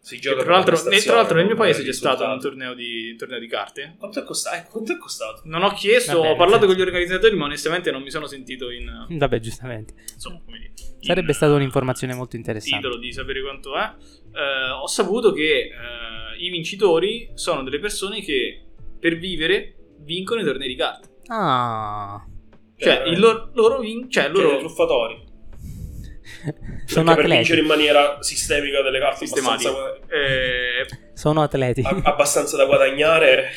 S3: Si
S2: E
S3: gioca
S2: tra, l'altro,
S3: per
S2: ne- tra l'altro nel
S3: prestazione,
S2: mio
S3: non
S2: paese
S3: per
S2: c'è stato un
S3: risultato.
S2: torneo di, un torneo di carte.
S3: Quanto è costato? Eh, Quanto è costato?
S2: Non ho chiesto,
S1: Vabbè,
S2: ho parlato
S1: nel
S2: con gli organizzatori, ma onestamente non mi sono sentito in...
S1: Vabbè, giustamente.
S2: Insomma, come dire, in-
S1: Sarebbe stata un'informazione molto interessante.
S2: titolo di sapere quanto è. Eh, ho saputo che eh, i vincitori sono delle persone che per vivere vincono i tornei di carte.
S1: Ah...
S2: Cioè, il loro, loro vin- cioè,
S3: loro
S2: loro
S3: truffatori.
S1: sono
S3: Perché Per
S1: atleti.
S3: vincere in maniera sistemica delle carte
S2: Sistematica.
S3: abbastanza,
S2: eh,
S1: Sono atleti.
S2: Ah.
S3: a- abbastanza da guadagnare.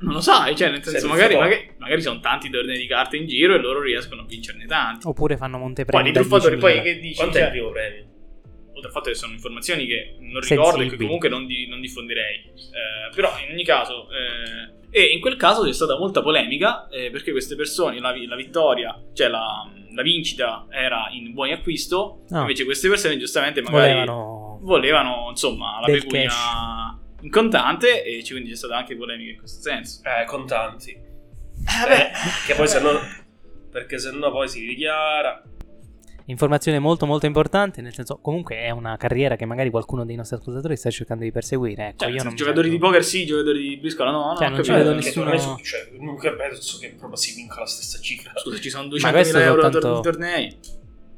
S2: non lo sai, cioè, nel senso,
S3: Senza
S2: magari,
S3: poco.
S2: magari, magari sono tanti tornei di carte in giro e loro riescono a vincerne tanti.
S1: Oh, Oppure fanno Montepremi.
S2: Poi i
S1: da
S2: truffatori, poi
S1: 10.000.
S2: che dici?
S3: Quanto è il
S2: Cioè,
S3: primo premio?
S2: oltre al fatto che sono informazioni che non ricordo e che
S1: Sensibili.
S2: comunque non, di- non diffonderei. Eh, però in ogni caso, eh, e in quel caso c'è stata molta polemica eh, perché queste persone, la, vi- la vittoria, cioè la, la vincita era in buoni acquisto,
S1: Ah.
S2: invece queste persone giustamente magari
S1: Volevano...
S2: volevano, insomma la
S1: Del
S2: pecunia in contante e ci- quindi c'è stata anche polemica in questo senso.
S3: Eh, contanti.
S2: Eh,
S3: beh, Che poi se no... Perché se no poi si dichiara...
S1: Informazione molto molto importante, nel senso comunque è una carriera che magari qualcuno dei nostri ascoltatori sta cercando di perseguire. Ecco,
S2: Cioè,
S1: io non mi
S2: giocatori di
S1: sento-
S2: poker sì, giocatori di briscola no, no,
S1: Cioè,
S2: ho
S1: non ci
S2: capito.
S1: vedo
S3: Eh,
S2: Perché-
S1: nessuno-
S3: che ormai su- Cioè, comunque penso che proprio si vinca la stessa cifra.
S2: Scusa, ci sono
S1: Ma questo
S2: 200.000 euro da tor-
S1: soltanto-
S2: di tornei.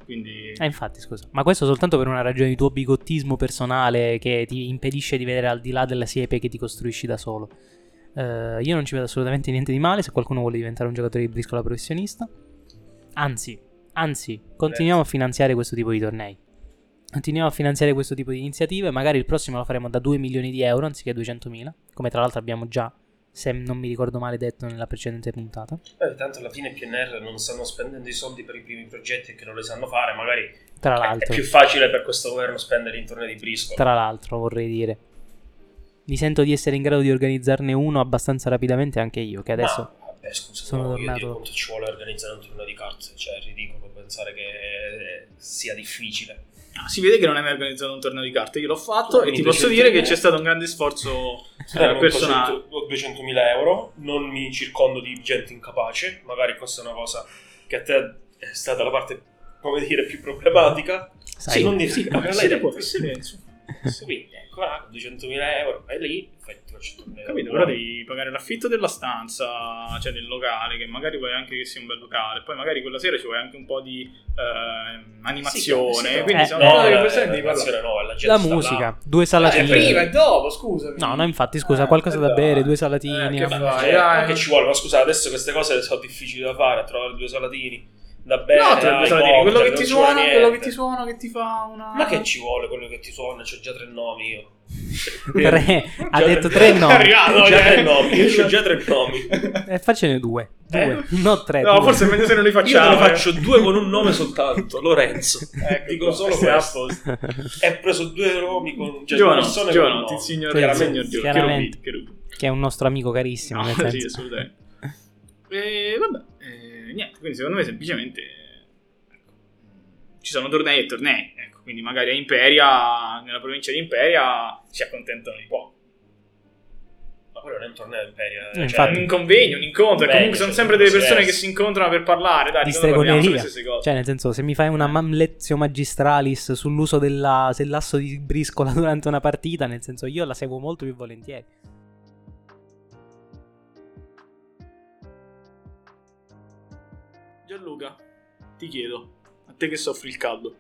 S2: Quindi
S1: Eh, infatti, scusa. Ma questo soltanto per una ragione di tuo bigottismo personale che ti impedisce di vedere al di là della siepe che ti costruisci da solo. Eh, io non ci vedo assolutamente niente di male se qualcuno vuole diventare un giocatore di briscola professionista. Anzi, anzi, continuiamo a finanziare questo tipo di tornei. Continuiamo a finanziare questo tipo di iniziative. Magari il prossimo lo faremo da 2 milioni di euro anziché 200.000. Come tra l'altro abbiamo già, se non mi ricordo male, detto nella precedente puntata.
S3: Beh, Eh, tanto alla fine PNR non stanno spendendo i soldi per i primi progetti che non li sanno fare, magari è-
S1: Tra
S3: è
S1: l'altro.
S3: Eh, più facile per questo governo spendere in tornei di briscola.
S1: Tra l'altro, vorrei dire. Mi sento di essere in grado di organizzarne uno abbastanza rapidamente anche io, che adesso...
S3: Ma, vabbè, scusa,
S1: sono
S3: no, io
S1: tornato-
S3: dico quanto ci vuole organizzare un torneo di carte, cioè è ridicolo pensare che eh, sia difficile.
S2: Ah, si vede che non hai mai organizzato un torneo di carte. Io l'ho fatto e
S3: Quindi
S2: ti posso
S3: 200
S2: dire che
S3: euro.
S2: c'è stato un grande sforzo eh,
S3: personale
S2: personale.
S3: ho 200.000 euro, non mi circondo di gente incapace, magari questa è una cosa che a te è stata la parte, come dire, più
S2: [laughs]
S3: problematica.
S1: Sai,
S3: Eh, non dire-
S2: Sì,
S3: ma
S2: ma
S3: l'hai
S2: se ne può,
S3: detto.
S2: se ne- insomma,
S3: Sì, Quindi, ecco, là, con 200.000 euro, vai lì, fai 300.000 euro.
S2: Capito, però devi pagare l'affitto della stanza, cioè del locale, che magari vuoi anche che sia un bel locale. Poi magari quella sera ci vuoi anche un po' di ehm, animazione.
S3: Sì, sì,
S2: quindi
S1: eh,
S2: sono
S3: No,
S2: cose
S3: la,
S2: che
S3: la,
S2: queste devi parlare.
S3: relazione no, la, gente
S1: la
S3: sta là.
S1: musica, due salatini.
S3: Eh, prima
S2: e dopo, scusami.
S1: No, no, infatti,
S2: Eh,
S1: scusa, qualcosa da bere, due salatini.
S2: che
S1: vabbè.
S2: fai?
S3: Cioè,
S2: dai,
S3: non che
S2: non-
S3: ci vuole, ma scusa, adesso queste cose sono difficili da fare, trovare due salatini da bere,
S2: No, te lo
S3: ai
S2: posso dire,
S3: cocktail,
S2: quello che
S3: eh, cioè, non
S2: ti
S3: ci vuole
S2: suona,
S3: niente.
S2: quello che ti suona, che ti fa una.
S3: Ma che ci vuole quello che ti suona? C'ho già tre nomi io.
S1: Tre, ha
S3: Già-
S1: detto tre no.
S2: È arrivato,
S3: Ho già
S2: cioè.
S3: tre nomi, io c'ho già tre nomi.
S1: Eh, faccene due. Due, [laughs] no tre.
S2: Eh? No,
S1: due.
S2: forse è meglio se non li
S3: Io te
S2: facciamo.
S3: ne
S2: eh.
S3: faccio due con un nome soltanto, [laughs] Lorenzo.
S2: Ecco,
S3: Dico solo
S2: stiamo a
S3: questo. È preso due nomi con cioè,
S2: Giovano,
S3: due persone
S2: Giovano,
S3: con
S2: ti
S3: un nome.
S2: signor,
S1: Chiaramente,
S2: signor Giovano,
S1: chiaramente.
S2: che rubi, che rubi.
S1: Che è un nostro amico carissimo.
S2: No,
S1: nel
S2: sì,
S1: senso.
S2: assolutamente. E vabbè, eh, niente, quindi secondo me semplicemente eh, ecco, ci sono tornei e tornei, ecco, quindi magari a Imperia, nella provincia di Imperia, si accontentano di poco.
S3: Ma quello non è un torneo Imperia.
S1: Eh,
S3: cioè,
S1: infatti.
S2: Un convegno, un incontro,
S3: Beh,
S2: comunque
S3: cioè,
S2: sono sempre delle
S3: sì,
S2: persone
S3: eh.
S2: che si incontrano per parlare, dai,
S1: Di
S2: quando parliamo sulle
S1: stregoneria.
S2: stesse cose.
S1: Cioè, nel senso, se mi fai
S2: Eh.
S1: una mamlezio magistralis sull'uso della, dell'asso di briscola [laughs] durante una partita, nel senso, io la seguo molto più volentieri.
S2: Gianluca, ti chiedo, a te che soffri il caldo,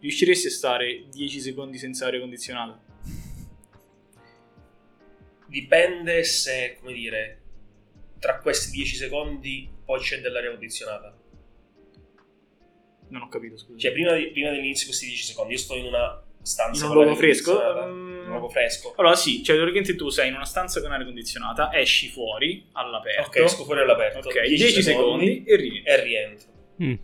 S2: riusciresti a stare 10 secondi senza aria condizionata?
S3: Dipende se, come dire, tra questi 10 secondi poi c'è dell'aria condizionata.
S2: Non ho capito, scusa.
S3: Cioè, prima, di- prima dell'inizio di questi 10 secondi, io sto in una stanza
S2: In un
S3: con
S2: luogo
S3: l'aria
S2: fresco?
S3: condizionata,
S2: Mm.
S3: In un luogo fresco.
S2: Allora sì, cioè teoricamente tu sei in una stanza con aria condizionata, esci fuori all'aperto.
S3: Ok, esco fuori all'aperto.
S2: Ok, 10, secondi, e rientri.
S3: e rientro.
S1: Mm.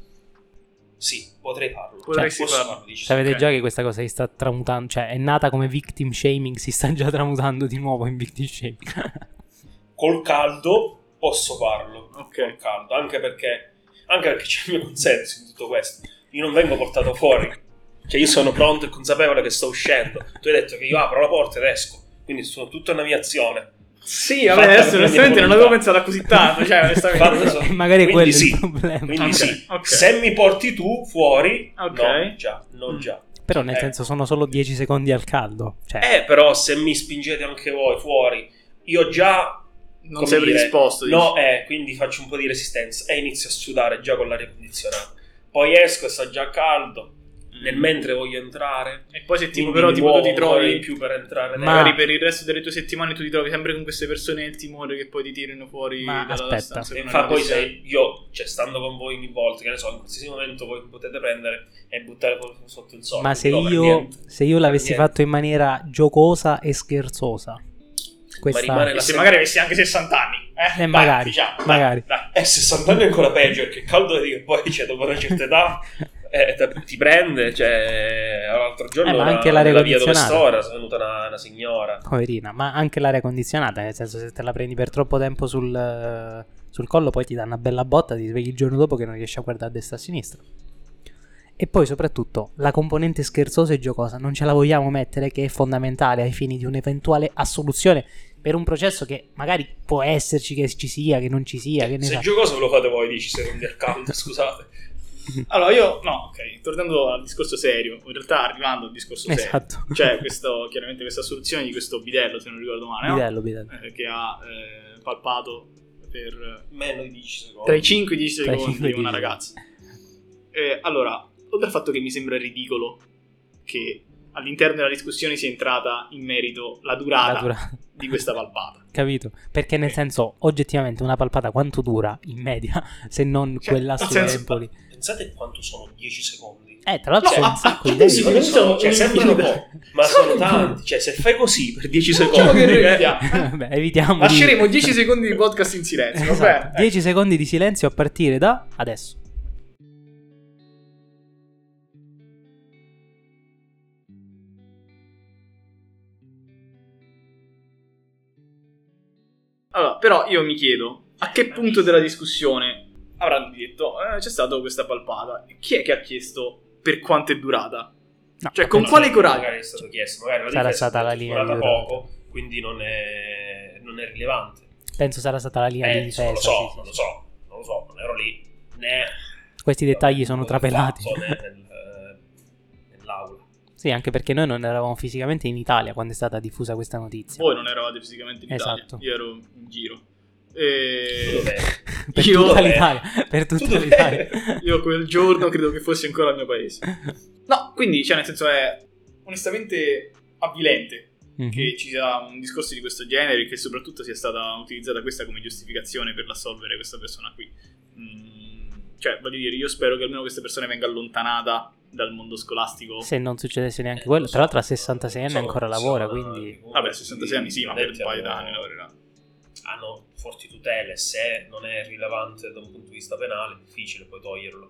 S3: Sì, potrei farlo. Cioè,
S2: Potresti
S3: Posso
S2: farlo.
S3: 10
S1: Sapete
S2: Ok.
S1: Cioè, già che questa cosa si sta tramutando, cioè è nata come victim shaming, si sta già tramutando di nuovo in victim shaming.
S3: secondi. Col caldo posso farlo.
S2: Ok.
S3: Col caldo, anche perché, anche perché c'è il mio consenso in tutto questo. Io non vengo portato fuori. Cioè, io sono pronto e consapevole che sto uscendo. Tu hai detto che io apro la porta ed esco. Quindi sono tutta una mia azione.
S2: Sì,
S3: vabbè,
S2: vabbè,
S3: adesso
S2: adesso
S3: onestamente
S2: onestamente non
S3: non
S2: avevo
S3: l'avevo
S2: pensato così tanto, cioè
S3: Fatto
S2: onestamente...
S3: so-
S1: E magari
S3: quindi
S1: quello è
S3: sì.
S1: il problema.
S3: Quindi
S2: Ok,
S3: sì,
S2: ok.
S3: se mi porti tu fuori,
S2: Ok.
S3: no, già, non
S2: Mm.
S3: già.
S1: Però nel
S3: Eh.
S1: senso sono solo 10 secondi al caldo. Cioè,
S3: Eh, però se mi spingete anche voi fuori, io già...
S2: Non
S3: come
S2: sei
S3: dire,
S2: predisposto,
S3: No, eh, quindi faccio un po' di resistenza e inizio a sudare già con l'aria condizionata. Poi esco e sta già caldo,
S2: dici.
S3: nel mentre voglio entrare.
S2: E poi se Mm. tipo
S3: quindi
S2: però
S3: mi
S2: tipo tu ti
S3: muovo ancora di
S2: trovi...
S3: più per entrare
S1: Ma-
S2: Eh, Magari per il resto delle tue settimane tu ti trovi sempre con queste persone e il timore che poi ti tirino fuori
S1: Ma
S2: dalla
S1: aspetta.
S2: stanza.
S3: E
S2: con
S3: fa
S2: aria
S3: poi
S2: condizionata.
S3: se io, cioè stando con voi ogni volta, che ne so, in qualsiasi momento voi mi potete prendere e buttare fuori sotto il sole.
S1: ma se
S3: No, per
S1: io,
S3: niente.
S1: se io l'avessi
S3: niente.
S1: fatto in maniera giocosa e scherzosa,
S3: rimane
S1: questa.
S2: E se magari avessi anche 60 anni, eh? Dai,
S1: magari,
S2: diciamo, dai,
S1: magari.
S2: dai.
S3: Eh, 60 anni è ancora peggio perché il caldo è che poi, cioè, dopo una certa età, Eh, te- ti prende, cioè, l'altro giorno
S1: Eh, ma
S3: era-
S1: anche l'aria
S3: nella via dove
S1: condizionata.
S3: sto era venuta una, una signora.
S1: Poverina, ma anche l'aria condizionata, nel senso se te la prendi per troppo tempo sul, eh, sul collo poi ti dà una bella botta, ti svegli il giorno dopo che non riesci a guardare a destra e a sinistra. E poi soprattutto la componente scherzosa e giocosa non ce la vogliamo mettere che è fondamentale ai fini di un'eventuale assoluzione per un processo che magari può esserci che ci sia, che non ci sia, che ne
S3: Se
S1: sa.
S3: il giocoso ve lo fate voi 10 secondi
S1: [laughs]
S3: al count, scusate.
S2: Allora io, no, ok, tornando al discorso serio, in realtà arrivando al discorso serio,
S1: Esatto. [laughs]
S2: cioè questo, chiaramente questa soluzione di questo bidello, se non ricordo male, no?
S1: Bidello, bidello.
S2: Eh, che ha eh, palpato per eh,
S3: Meno di 10 secondi.
S2: tra i 5 e i 10
S1: Tra i
S2: secondi
S1: cinque e i
S2: una
S1: dieci.
S2: ragazza. Eh, allora, oltre al fatto che mi sembra ridicolo che all'interno della discussione sia entrata in merito la durata,
S1: La dura-
S2: di questa palpata.
S1: Capito? Perché nel senso, oggettivamente una palpata quanto dura in media [laughs] se non
S2: Cioè,
S1: quella
S2: nel
S1: su
S2: senso-
S1: Empoli?
S3: Pensate quanto sono 10 secondi.
S1: Eh, tra l'altro
S2: No,
S1: sono
S2: ah,
S1: un sacco di
S2: ah,
S1: idee.
S2: sì,
S3: Sono-
S2: sono-
S1: [laughs]
S3: cioè, sembrano po', ma sono tanti. Cioè, se fai così per 10
S1: Diciamo
S3: secondi,
S2: Diciamo che
S3: eh,
S2: evitiamo.
S1: [laughs] Beh, evitiamo
S2: Lasceremo
S1: di...
S2: 10 secondi di podcast in
S1: [laughs]
S2: silenzio,
S1: Esatto,
S2: vabbè. ecco.
S1: 10 secondi di silenzio a partire da adesso.
S2: Allora, però io mi chiedo, a che punto della discussione avranno detto "Eh, c'è stata questa palpata? Chi è che ha chiesto per quanto è durata?
S1: No,
S2: Cioè, con
S3: No,
S2: quale coraggio?
S3: Magari è stato chiesto, magari la
S1: Sarà
S3: difesa è
S1: stata la linea
S3: durata
S1: di durata.
S3: poco, quindi non è, non è rilevante.
S1: penso sarà stata la linea
S3: Eh,
S1: di
S3: non lo
S1: difesa.
S3: so,
S1: sì,
S3: non
S1: sì,
S3: lo
S1: sì.
S3: so, non lo so, non ero lì. Né,
S1: Questi dettagli sono
S3: nel
S1: trapelati.
S3: palazzo, né nel- eh, nell'aula.
S1: Sì, anche perché noi non eravamo fisicamente in Italia quando è stata diffusa questa notizia.
S2: Voi non eravate fisicamente in Italia,
S1: Esatto.
S2: io ero in giro. E...
S3: Dov'è?
S1: [laughs] per
S2: io-
S1: tutta
S2: eh,
S1: l'Italia, per
S3: tu
S1: tutta
S3: dove-
S1: l'Italia.
S2: Io quel giorno credo che fossi ancora al
S1: [laughs]
S2: mio paese. No, quindi, cioè, nel senso è onestamente avvilente
S1: Mhm.
S2: che ci sia un discorso di questo genere e che soprattutto sia stata utilizzata questa come giustificazione per assolvere questa persona qui. Mm, cioè, voglio dire, io spero che almeno questa persona venga allontanata dal mondo scolastico.
S1: Se non succedesse neanche
S3: Eh,
S1: quello,
S3: lo
S1: tra l'altro a
S3: so,
S1: 66 anni
S3: so,
S1: ancora
S3: so,
S1: lavora,
S3: eh,
S1: quindi...
S3: comunque,
S2: Vabbè, 66 anni sì, ma per un
S3: detti
S2: paio
S3: hanno-
S2: d'anni
S3: [laughs]
S2: lavorerà.
S3: Hanno forti tutele, se non è rilevante da un punto di vista penale è difficile poi toglierlo.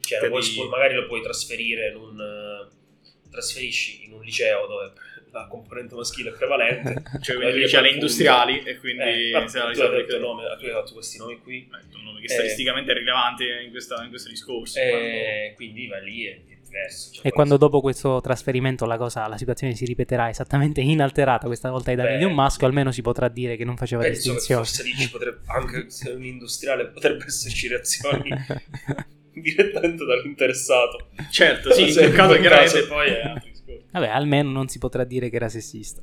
S3: Cioè, lo
S2: Quindi-
S3: puoi spo- magari lo puoi trasferire in un... eh, trasferisci in un liceo dove la componente maschile è
S2: [laughs]
S3: prevalente. Voglio
S2: Cioè, quindi
S3: dire,
S2: dice alle
S3: appunto,
S2: industriali e quindi... diciamo
S3: Eh, ma tu
S2: se la
S3: hai
S2: risolve-
S3: detto nome, eh, tu hai fatto questi nomi qui.
S2: Ecco, un nome che statisticamente è rilevante in, questa- in questo discorso.
S3: E Eh, quindi vai lì e è diverso. cioè,
S1: E quando dopo questo trasferimento la, cosa, la situazione si ripeterà esattamente [laughs] inalterata, questa volta ai danni
S3: Beh.
S1: di un maschio, almeno si potrà dire che non faceva
S3: penso che
S1: distinzione.
S3: forse lì ci potrebbe, anche se è un industriale, potrebbe esserci
S1: [laughs]
S3: reazioni [laughs] direttamente dall'interessato.
S2: quando- Certo, sì, in
S3: eh, Se-
S2: quel caso
S3: in quel
S2: chiaramente
S3: caso- [laughs]
S2: poi è un altro discorso.
S1: Vabbè, almeno non si potrà dire che era sessista.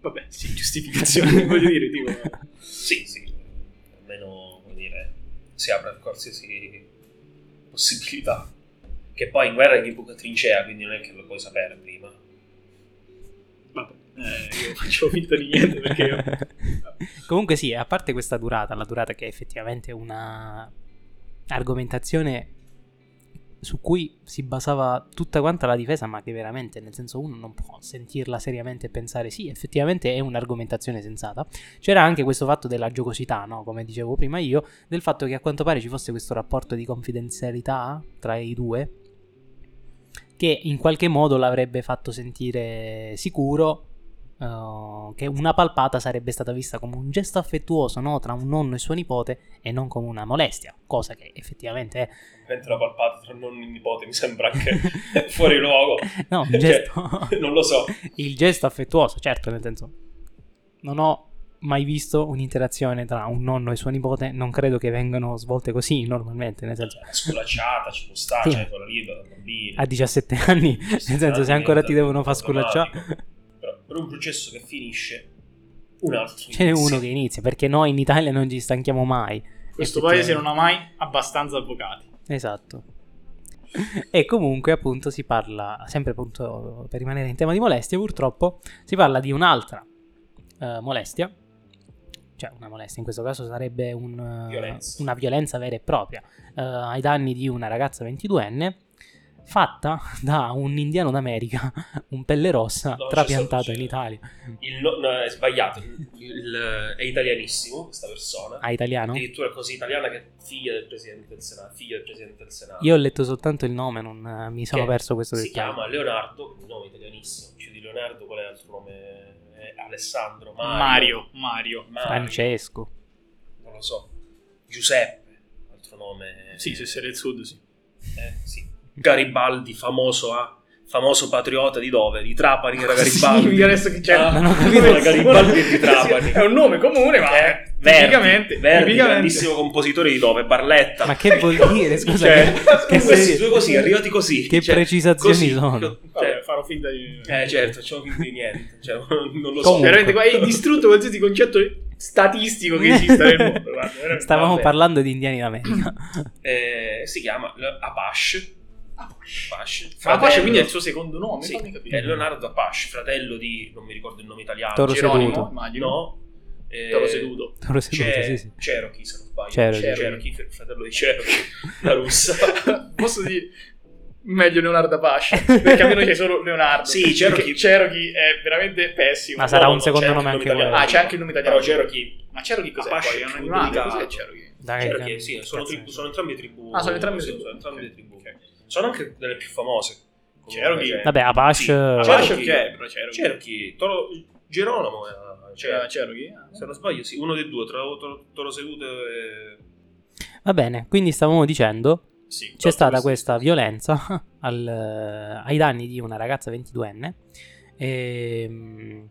S2: Vabbè, sì, giustificazione, [laughs] voglio dire, tipo...
S3: Sì, sì, almeno come dire, si apre a qualsiasi possibilità. Che poi in guerra è in buca trincea, quindi non è che lo puoi sapere prima.
S2: Vabbè, eh, io faccio finta di niente perché... Io...
S1: [laughs] Comunque sì, a parte questa durata, la durata che è effettivamente una argomentazione su cui si basava tutta quanta la difesa, ma che veramente, nel senso, uno non può sentirla seriamente e pensare sì, effettivamente è un'argomentazione sensata. C'era anche questo fatto della giocosità, no? come dicevo prima io, del fatto che a quanto pare ci fosse questo rapporto di confidenzialità tra i due, che in qualche modo l'avrebbe fatto sentire sicuro eh, che una palpata sarebbe stata vista come un gesto affettuoso no? tra un nonno e suo nipote e non come una molestia, cosa che effettivamente è
S3: Mentre la palpata tra nonno e nipote mi sembra anche fuori luogo.
S1: No,
S2: [laughs] Cioè
S1: un gesto. [laughs]
S3: non lo so.
S1: il gesto affettuoso, certo, nel senso. Non ho mai visto un'interazione tra un nonno e suo nipote, non credo che vengano svolte così normalmente, nel senso.
S3: Cioè, sculacciata ci può stare,
S1: Sì.
S3: cioè quella lì da bambino.
S1: A 17 anni, [laughs] nel senso, se ancora ti devono far sculacciare,
S3: Però per un processo che finisce, un altro
S1: ce n'è
S3: inizia.
S1: uno che inizia, perché noi in Italia non ci stanchiamo mai.
S2: Questo paese non ha mai abbastanza avvocati.
S1: Esatto. E comunque, appunto, si parla, sempre appunto per rimanere in tema di molestie, purtroppo, si parla di un'altra eh, molestia. Cioè, una molestia in questo caso sarebbe un, eh,
S3: Violenza.
S1: una violenza vera e propria eh, ai danni di una ragazza 22enne fatta [laughs] da un indiano d'America, un pelle rossa,
S3: No, c'è stato
S1: trapiantato
S3: c'è.
S1: in Italia.
S3: Il no- no, è sbagliato. Il il- è italianissimo questa persona.
S1: Ah, italiano?
S3: Addirittura è così italiana che è figlia del presidente del Senato. Figlio del presidente del Senato.
S1: Io ho letto soltanto il nome, non eh, mi sono
S3: Che
S1: perso questo
S3: si
S1: dettaglio.
S3: chiama Leonardo, un nome italianissimo. Cioè di Leonardo qual è l'altro nome? È Alessandro, Mario,
S2: Mario, Mario.
S3: Mario,
S1: Francesco.
S3: Non lo so. Giuseppe, altro nome.
S2: Sì, se sei del sud, sì.
S3: Eh, sì. Garibaldi, famoso, ah, famoso patriota di dove? Di Trapani era Garibaldi.
S2: Ah, Sì, quindi adesso che c'è...
S3: Ah,
S1: non ho capito,
S3: era Garibaldi e di Trapani.
S2: Sì, È un nome comune, ma
S3: Eh, Verdi,
S2: tipicamente...
S3: Verdi,
S2: tipicamente.
S3: grandissimo compositore di dove? Barletta.
S1: Ma che vuol dire? Scusa,
S3: Cioè,
S1: che-
S3: [laughs] con
S1: che
S3: questi
S1: sei-
S3: due così, arrivati così.
S1: che
S3: cioè,
S1: precisazioni
S3: così,
S1: sono?
S2: Vabbè, farò finta di...
S3: Cioè, eh, certo, facciamo finta di niente. Cioè, [laughs] non lo
S1: Comunque.
S3: so.
S2: Veramente qua hai distrutto qualsiasi concetto statistico che
S1: [laughs]
S2: esista nel mondo. guarda, veramente.
S1: Stavamo
S3: vabbè.
S1: parlando di indiani
S3: [laughs]
S1: d'America.
S3: Eh, si chiama Le- Apache. Apache.
S2: Ma Apache
S3: Fratello-
S2: quindi è il suo secondo nome?
S3: Sì,
S2: fammi capire.
S3: è Leonardo Apache, fratello di, non mi ricordo il nome italiano,
S1: Toro
S3: Geronimo,
S1: seduto.
S2: immagino.
S3: no, eh,
S2: Toro
S1: [laughs]
S2: seduto.
S1: Te lo sei detto,
S3: C'è
S1: sì, sì.
S3: Cherokee, se non sbaglio.
S1: Cherokee.
S3: C'è Cherokee, fr- fratello di Cherokee, [laughs] la russa.
S2: Posso dire meglio Leonardo Apache, perché almeno c'è solo Leonardo.
S3: Sì, Cherokee.
S2: Perché Cherokee è veramente pessimo.
S1: Ma sarà
S2: No,
S1: un
S2: no,
S1: secondo
S2: Cher-
S1: nome anche quello.
S2: Ah, c'è anche il nome italiano.
S3: Però Cherokee,
S2: Ma Cherokee cos'è?
S3: Apache
S2: poi? È un
S3: è
S2: animale,
S3: tribù di
S2: cos'è
S3: Gato.
S2: Cherokee?
S1: Dai,
S3: Cherokee,
S1: che-
S3: sì, sono,
S1: cazzo.
S3: tribù, sono entrambe tribù.
S2: Ah, sono entrambe
S3: sì,
S2: tribù.
S3: Sono entrambe
S2: Ok,
S3: tribù.
S2: ok.
S3: Sono anche delle più famose. comunque,
S2: Cherokee.
S3: cioè-
S1: Vabbè, Apache-
S3: Sì,
S2: Apache
S3: Cherokee.
S2: ok, però Cherokee.
S3: Cherokee, Toro- Geronimo era
S2: C'era
S3: Cherokee.
S2: Cherokee? Ah,
S3: Se non sbaglio, sì, uno dei due, tra Toro, Toro Seduto e...
S1: Va bene, quindi stavamo dicendo
S2: Sì.
S1: c'è stata
S2: questo.
S1: questa violenza [laughs] al- eh, ai danni di una ragazza 22enne ehm,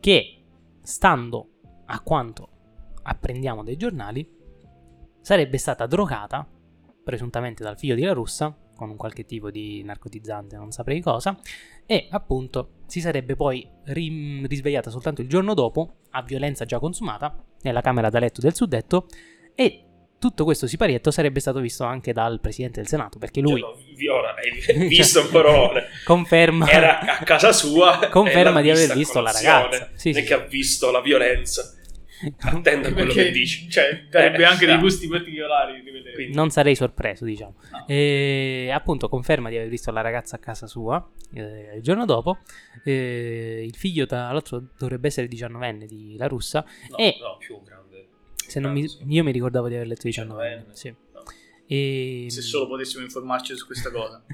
S1: che, stando a quanto apprendiamo dai giornali, sarebbe stata drogata, presuntamente dal figlio della russa, con un qualche tipo di narcotizzante, non saprei cosa, e appunto si sarebbe poi rim- risvegliata soltanto il giorno dopo, a violenza già consumata, nella camera da letto del suddetto, e tutto questo siparietto sarebbe stato visto anche dal presidente del Senato, perché lui Cioè,
S3: Cioè, no, vi-
S1: [laughs]
S3: ora, hai visto un parole.
S1: conferma
S3: Era a casa sua.
S1: [laughs] Conferma
S3: e l'ha
S1: di aver
S3: vista a
S1: visto la
S3: colazione.
S1: ragazza. Sì,
S3: non è
S1: sì.
S3: che ha visto
S1: [laughs]
S3: la violenza. Attenta a quello
S2: Perché,
S3: che dici.
S2: Cioè, darebbe
S3: Eh,
S2: anche
S3: sta.
S2: dei gusti particolari di vedere.
S3: Quindi-
S1: non sarei sorpreso, diciamo.
S2: No.
S1: E, appunto, conferma di aver visto la ragazza a casa sua eh, il giorno dopo. Eh, il figlio, tra l'altro, dovrebbe essere 19enne di la russa.
S3: No,
S1: Eh.
S3: no, più grande.
S1: Se non mi,
S3: Penso.
S1: io mi ricordavo di aver letto 19enne.
S3: 19enne.
S1: Sì.
S3: No.
S1: E, [laughs]
S2: Se solo potessimo informarci su questa cosa.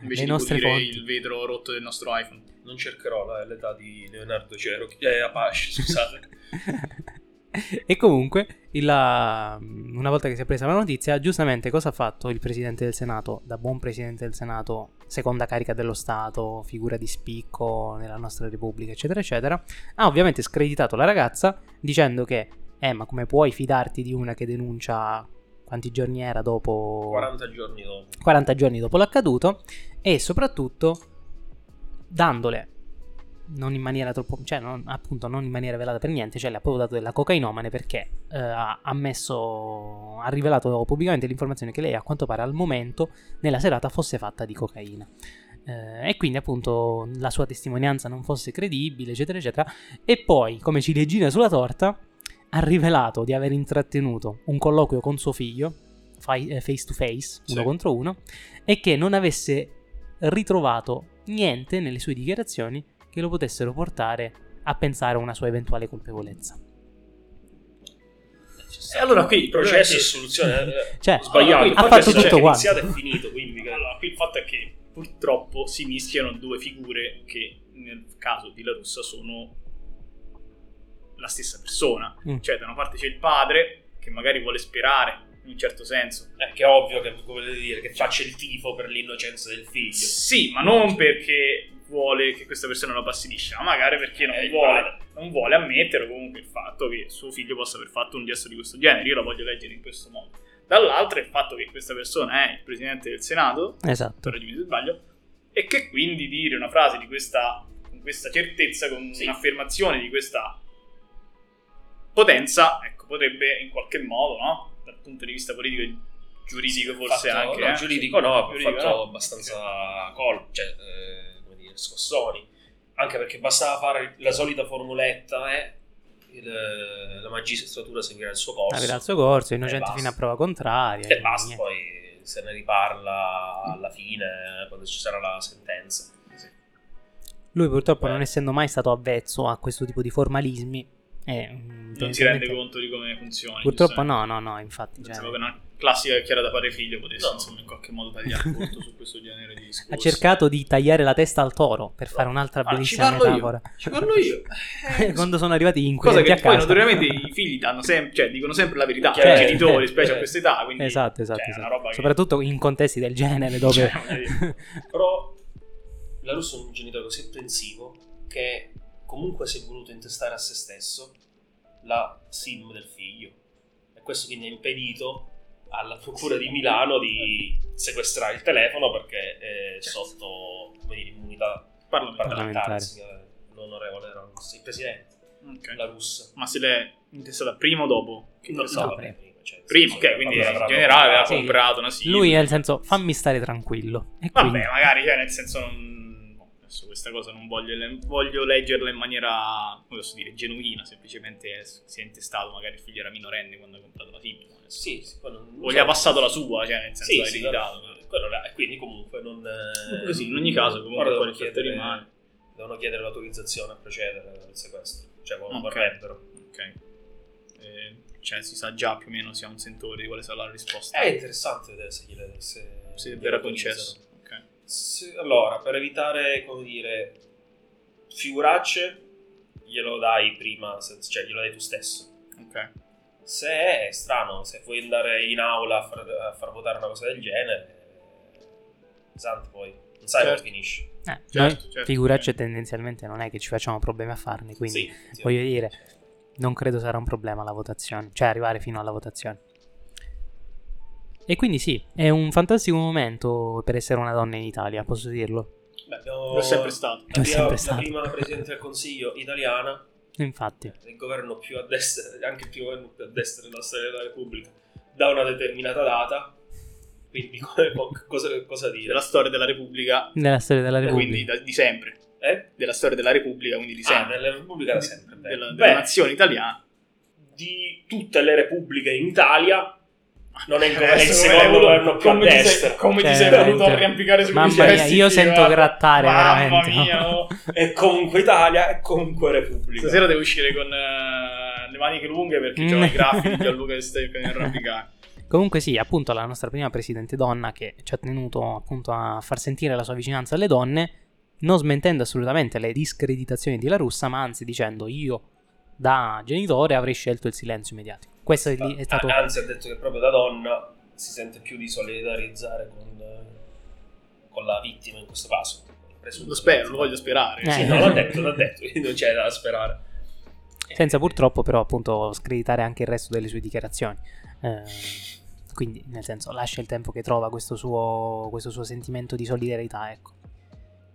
S2: Invece
S1: le
S2: di
S1: nostre
S2: pulire
S1: fonti.
S2: il vetro rotto del nostro iPhone.
S3: Non cercherò la- l'età di Leonardo Cherokee. Eh, Apache, scusate.
S1: [laughs] e comunque, il- la- una volta che si è presa la notizia, giustamente cosa ha fatto il presidente del Senato? Da buon presidente del Senato, seconda carica dello Stato, figura di spicco nella nostra Repubblica, eccetera, eccetera. Ha ovviamente screditato la ragazza dicendo che, eh, ma come puoi fidarti di una che denuncia quanti giorni era dopo
S3: 40 giorni dopo.
S1: 40 giorni dopo l'accaduto e soprattutto dandole non in maniera troppo cioè non- appunto non in maniera velata per niente cioè le ha proprio dato della cocainomane perché eh, ha ha messo ha rivelato pubblicamente l'informazione che lei a quanto pare al momento nella serata fosse fatta di cocaina Eh, e quindi appunto la sua testimonianza non fosse credibile eccetera eccetera e poi come ciliegina sulla torta ha rivelato di aver intrattenuto un colloquio con suo figlio fai- eh, face to face uno
S2: Sì.
S1: contro uno e che non avesse ritrovato niente nelle sue dichiarazioni che lo potessero portare a pensare a una sua eventuale colpevolezza.
S2: E allora qui
S3: il
S2: il problema
S3: processo
S2: è
S3: e
S2: che-
S3: soluzione eh,
S1: Cioè,
S3: sbagliato.
S2: allora,
S3: Il
S2: ha fatto
S3: processo
S1: tutto
S3: è
S1: quanto.
S3: iniziato e finito, quindi che-
S2: Allora, qui il fatto è che purtroppo si mischiano due figure che nel caso di La Russa sono la stessa persona.
S1: Mm.
S2: Cioè, da una parte c'è il padre che magari vuole sperare in un certo senso.
S3: Eh, che è ovvio che volete dire che faccia il tifo per l'innocenza del figlio.
S2: Sì, ma non perché vuole che questa persona la passi liscia, ma magari perché non
S3: Eh, il
S2: vuole,
S3: padre.
S2: non vuole ammettere comunque il fatto che suo figlio possa aver fatto un gesto di questo genere. Io la voglio leggere in questo modo. Dall'altra il fatto che questa persona è il presidente del Senato
S1: esatto.
S2: correggimi se sbaglio, e che quindi dire una frase di questa, con questa certezza, con
S3: Sì.
S2: un'affermazione di questa potenza, ecco, potrebbe in qualche modo, no? Dal punto di vista politico e giuridico forse
S3: Fatto-
S2: anche.
S3: no,
S2: eh?
S3: giuridico no, ha
S2: Giuridico,
S3: fatto
S2: no?
S3: abbastanza col, cioè, eh, come dire, scossoni. Anche perché bastava fare la solita formuletta e il- la magistratura seguirà il suo corso.
S1: Aveva il suo corso,
S3: E
S1: innocente
S3: basta.
S1: fino a prova contraria.
S3: E basta,
S1: niente.
S3: poi se ne riparla alla fine, eh, quando ci sarà la sentenza.
S1: Lui purtroppo non
S3: Beh.
S2: Eh.
S1: essendo mai stato avvezzo a questo tipo di formalismi, Eh,
S2: non si rende conto di come funziona.
S1: Purtroppo
S2: giustamente.
S1: no, no, no, infatti. cioè,
S2: Pensavo che una classica Chiara da fare figlio potesse
S3: No.
S2: insomma in qualche modo tagliare corto su questo genere di discorsi.
S1: ha cercato di tagliare la testa al toro per fare un'altra
S2: Allora, Ah, ci
S1: bellissima
S2: parlo io.
S1: metafora.
S2: Ci
S1: [laughs]
S2: parlo [laughs] io. Eh,
S1: Quando sono arrivati gli
S2: Cosa
S1: inquirenti
S2: che
S1: a
S2: poi
S1: casa.
S2: notoriamente i figli danno sem- cioè, dicono sempre la verità
S3: Chiaro.
S2: ai genitori,
S1: Eh,
S2: specie a
S3: eh.
S2: questa età. Quindi,
S1: Esatto, esatto.
S2: cioè, è
S1: esatto.
S2: una roba che-
S1: Soprattutto in contesti del genere dove...
S2: Cioè, voglio dire.
S1: [laughs]
S3: Però la Russo è un genitore così pensivo che comunque si è voluto intestare a se stesso la sim del figlio. E questo quindi ha impedito alla procura di Milano di sequestrare il telefono perché è
S2: Certo.
S3: sotto come dire, immunità
S2: Parlamentare.
S3: parlamentare,
S1: Parlamentare.
S3: signore, l'onorevole Ramos, il presidente,
S2: Ok.
S3: la russa.
S2: Ma se l'è intestata prima o dopo? Che
S3: Non
S2: ne
S1: no,
S3: so,
S2: so.
S3: vabbè,
S1: prima.
S3: prima, cioè, nel
S2: Prima,
S3: senso
S2: ok,
S3: che
S2: quindi
S3: l'avrà
S2: in generale aveva
S3: comprato.
S1: Sì.
S2: comprato una sigla.
S1: Lui nel senso fammi stare tranquillo. E
S2: Vabbè,
S1: quindi-
S2: magari, cioè, nel senso, non... no, adesso questa cosa non voglio, voglio leggerla in maniera, come posso dire, genuina, semplicemente si è intestato, magari il figlio era minorenne quando ha comprato la SIM.
S3: Sì, sì, poi non-
S2: O gli ha passato la sua, cioè, nel senso,
S3: Sì,
S2: ha
S3: sì,
S2: ereditato.
S3: vabbè, quello là, e quindi comunque non... eh,
S2: Così, in ogni caso,
S3: ora
S2: comunque, poi
S3: devono
S2: il fatto
S3: chiedere,
S2: rimane.
S3: devono chiedere l'autorizzazione a procedere al sequestro, cioè
S2: Ok.
S3: come vorrebbero.
S2: Ok. Eh, cioè, si sa già più o meno se ha un sentore di quale sarà la risposta.
S3: È interessante vedere se gliele... Se,
S2: se
S3: gliele
S2: verrà
S3: autorizzano.
S2: concesso. Ok.
S3: Se- allora, per evitare, come dire, figuracce, glielo dai prima, se- cioè glielo dai tu stesso.
S2: Ok.
S3: Se è strano, se vuoi andare in aula a far, a far votare una cosa del genere, eh, pesante poi, non sai
S2: Certo.
S3: come finisce.
S1: eh,
S2: certo,
S1: noi
S2: certo.
S1: figuracce tendenzialmente non è che ci facciamo problemi a farne, quindi
S3: Sì, sì.
S1: voglio dire, non credo sarà un problema la votazione, cioè arrivare fino alla votazione. E quindi sì, è un fantastico momento per essere una donna in Italia, posso dirlo.
S3: Beh, abbiamo-
S2: Lo è sempre stato.
S1: Lo è sempre
S3: abbiamo la
S1: stato.
S3: prima presidente del consiglio italiana
S1: Infatti,
S3: il governo più a destra, anche più governo più a destra della storia della Repubblica, da una determinata data. Quindi [laughs] come- co- cosa, cosa dire?
S2: Della storia della Repubblica,
S1: nella storia della Repubblica.
S2: quindi da- di sempre.
S3: Eh?
S2: Della storia della Repubblica, quindi di
S3: Ah,
S2: sempre.
S3: della Repubblica da sempre. beh.
S2: della,
S3: Beh,
S2: della nazione italiana.
S3: di tutte le repubbliche in Italia, non è il, governo, è il
S2: Adesso
S3: secondo
S2: come-
S3: governo più a
S2: come ti sei-
S3: destra.
S2: come ti
S1: Cioè,
S2: sei venuto a
S1: veramente.
S2: riampicare sui
S1: Mamma
S2: dicessi,
S1: mia, io
S2: sì,
S1: sento
S2: guarda.
S1: grattare
S2: Mamma
S1: veramente.
S2: mia,
S1: [laughs]
S2: oh.
S3: È comunque Italia, è comunque Repubblica.
S2: Stasera devo uscire con eh, le maniche lunghe perché
S1: [laughs]
S2: c'ho
S1: Mm.
S2: i graffi di Gianluca che stai per arrampicare.
S1: Comunque sì, appunto la nostra prima presidente donna che ci ha tenuto appunto a far sentire la sua vicinanza alle donne, non smentendo assolutamente le discreditazioni di La Russa, ma anzi dicendo io da genitore avrei scelto il silenzio mediatico. Questo è, lì- è stato...
S3: Ah, Anzi, ha detto che proprio da donna si sente più di solidarizzare con, eh, con la vittima in questo caso.
S2: Lo spero, lo voglio sperare.
S1: Eh.
S3: Sì, no, l'ha detto, l'ha detto, [laughs] quindi non c'è da sperare.
S1: Senza purtroppo però appunto screditare anche il resto delle sue dichiarazioni. Eh, quindi nel senso lascia il tempo che trova questo suo, questo suo sentimento di solidarietà, ecco.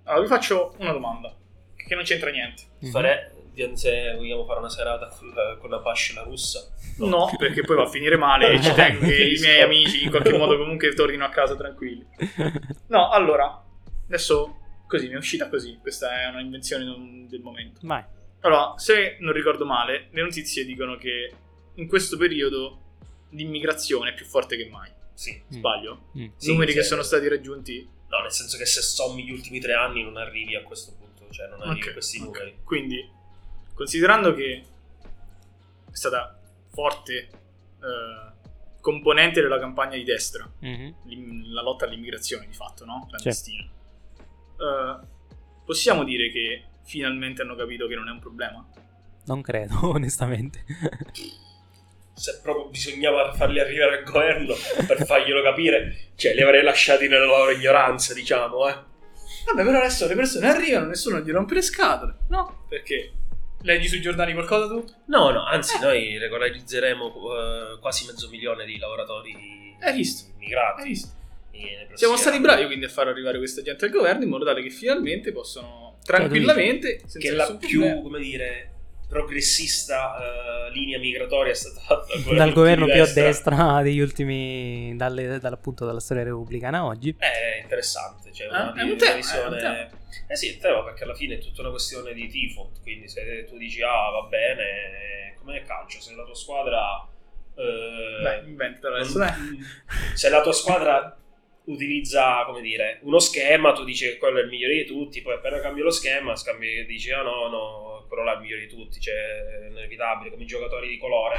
S2: Allora, vi faccio una domanda che non c'entra niente.
S1: Mhm.
S3: Fare, se vogliamo fare una serata col- con la pascina russa,
S2: No, perché poi va a finire male e
S3: [laughs]
S2: ci tengo che i miei amici in qualche modo comunque tornino a casa tranquilli. No, allora, adesso così, mi è uscita così, questa è un'invenzione non- del momento.
S1: Mhm. Vai.
S2: Allora, se non ricordo male, le notizie dicono che in questo periodo l'immigrazione è più forte che mai.
S3: sì.
S2: Sbaglio?
S1: Mm.
S3: Sì,
S2: Numeri che
S3: sì.
S2: sono stati raggiunti.
S3: No, nel senso che se sommi gli ultimi tre anni non arrivi a questo punto, cioè non arrivi
S2: Ok,
S3: a questi
S2: ok.
S3: numeri.
S2: Quindi, considerando che è stata forte eh, componente della campagna di destra,
S1: Mhm.
S2: l'im- la lotta all'immigrazione di fatto, no? Clandestina. Eh, possiamo dire che finalmente hanno capito che non è un problema?
S1: Non credo, [laughs] onestamente.
S3: Se proprio bisognava farli arrivare al governo per farglielo capire, cioè li avrei lasciati nella loro ignoranza, diciamo, eh.
S2: Vabbè, però adesso le persone arrivano, nessuno gli rompe le scatole, no? Perché leggi sui giornali qualcosa tu?
S3: No, no, anzi, noi regolarizzeremo eh, quasi mezzo milione di lavoratori
S2: Hai visto?
S3: immigrati.
S2: Hai visto?
S3: nei prossimi
S2: Siamo stati
S3: anni.
S2: bravi quindi a far arrivare questa gente al governo in modo tale che finalmente
S3: Cioè,
S2: possono tranquillamente, senza
S3: Che la
S2: nessun
S3: più,
S2: problema.
S3: come dire, progressista eh, linea migratoria è stata [laughs] fatta dal
S1: dal governo
S3: di
S1: più a destra [laughs] degli ultimi dalle, dall'appunto dalla storia repubblicana oggi
S3: Eh, È interessante, cioè una,
S2: Ah, è un
S3: una
S2: tema,
S3: visione-
S2: è un
S3: Eh sì, è un tema perché alla fine è tutta una questione di tifo, quindi se tu dici ah va bene, come nel calcio, se la tua squadra... eh,
S2: Dai, inventala adesso,
S3: non-
S2: dai.
S3: se cioè, la tua squadra utilizza come dire uno schema tu dici che quello è il migliore di tutti poi appena cambi lo schema scambi dici ah no no quello là è il migliore di tutti, cioè è inevitabile, come i giocatori di colore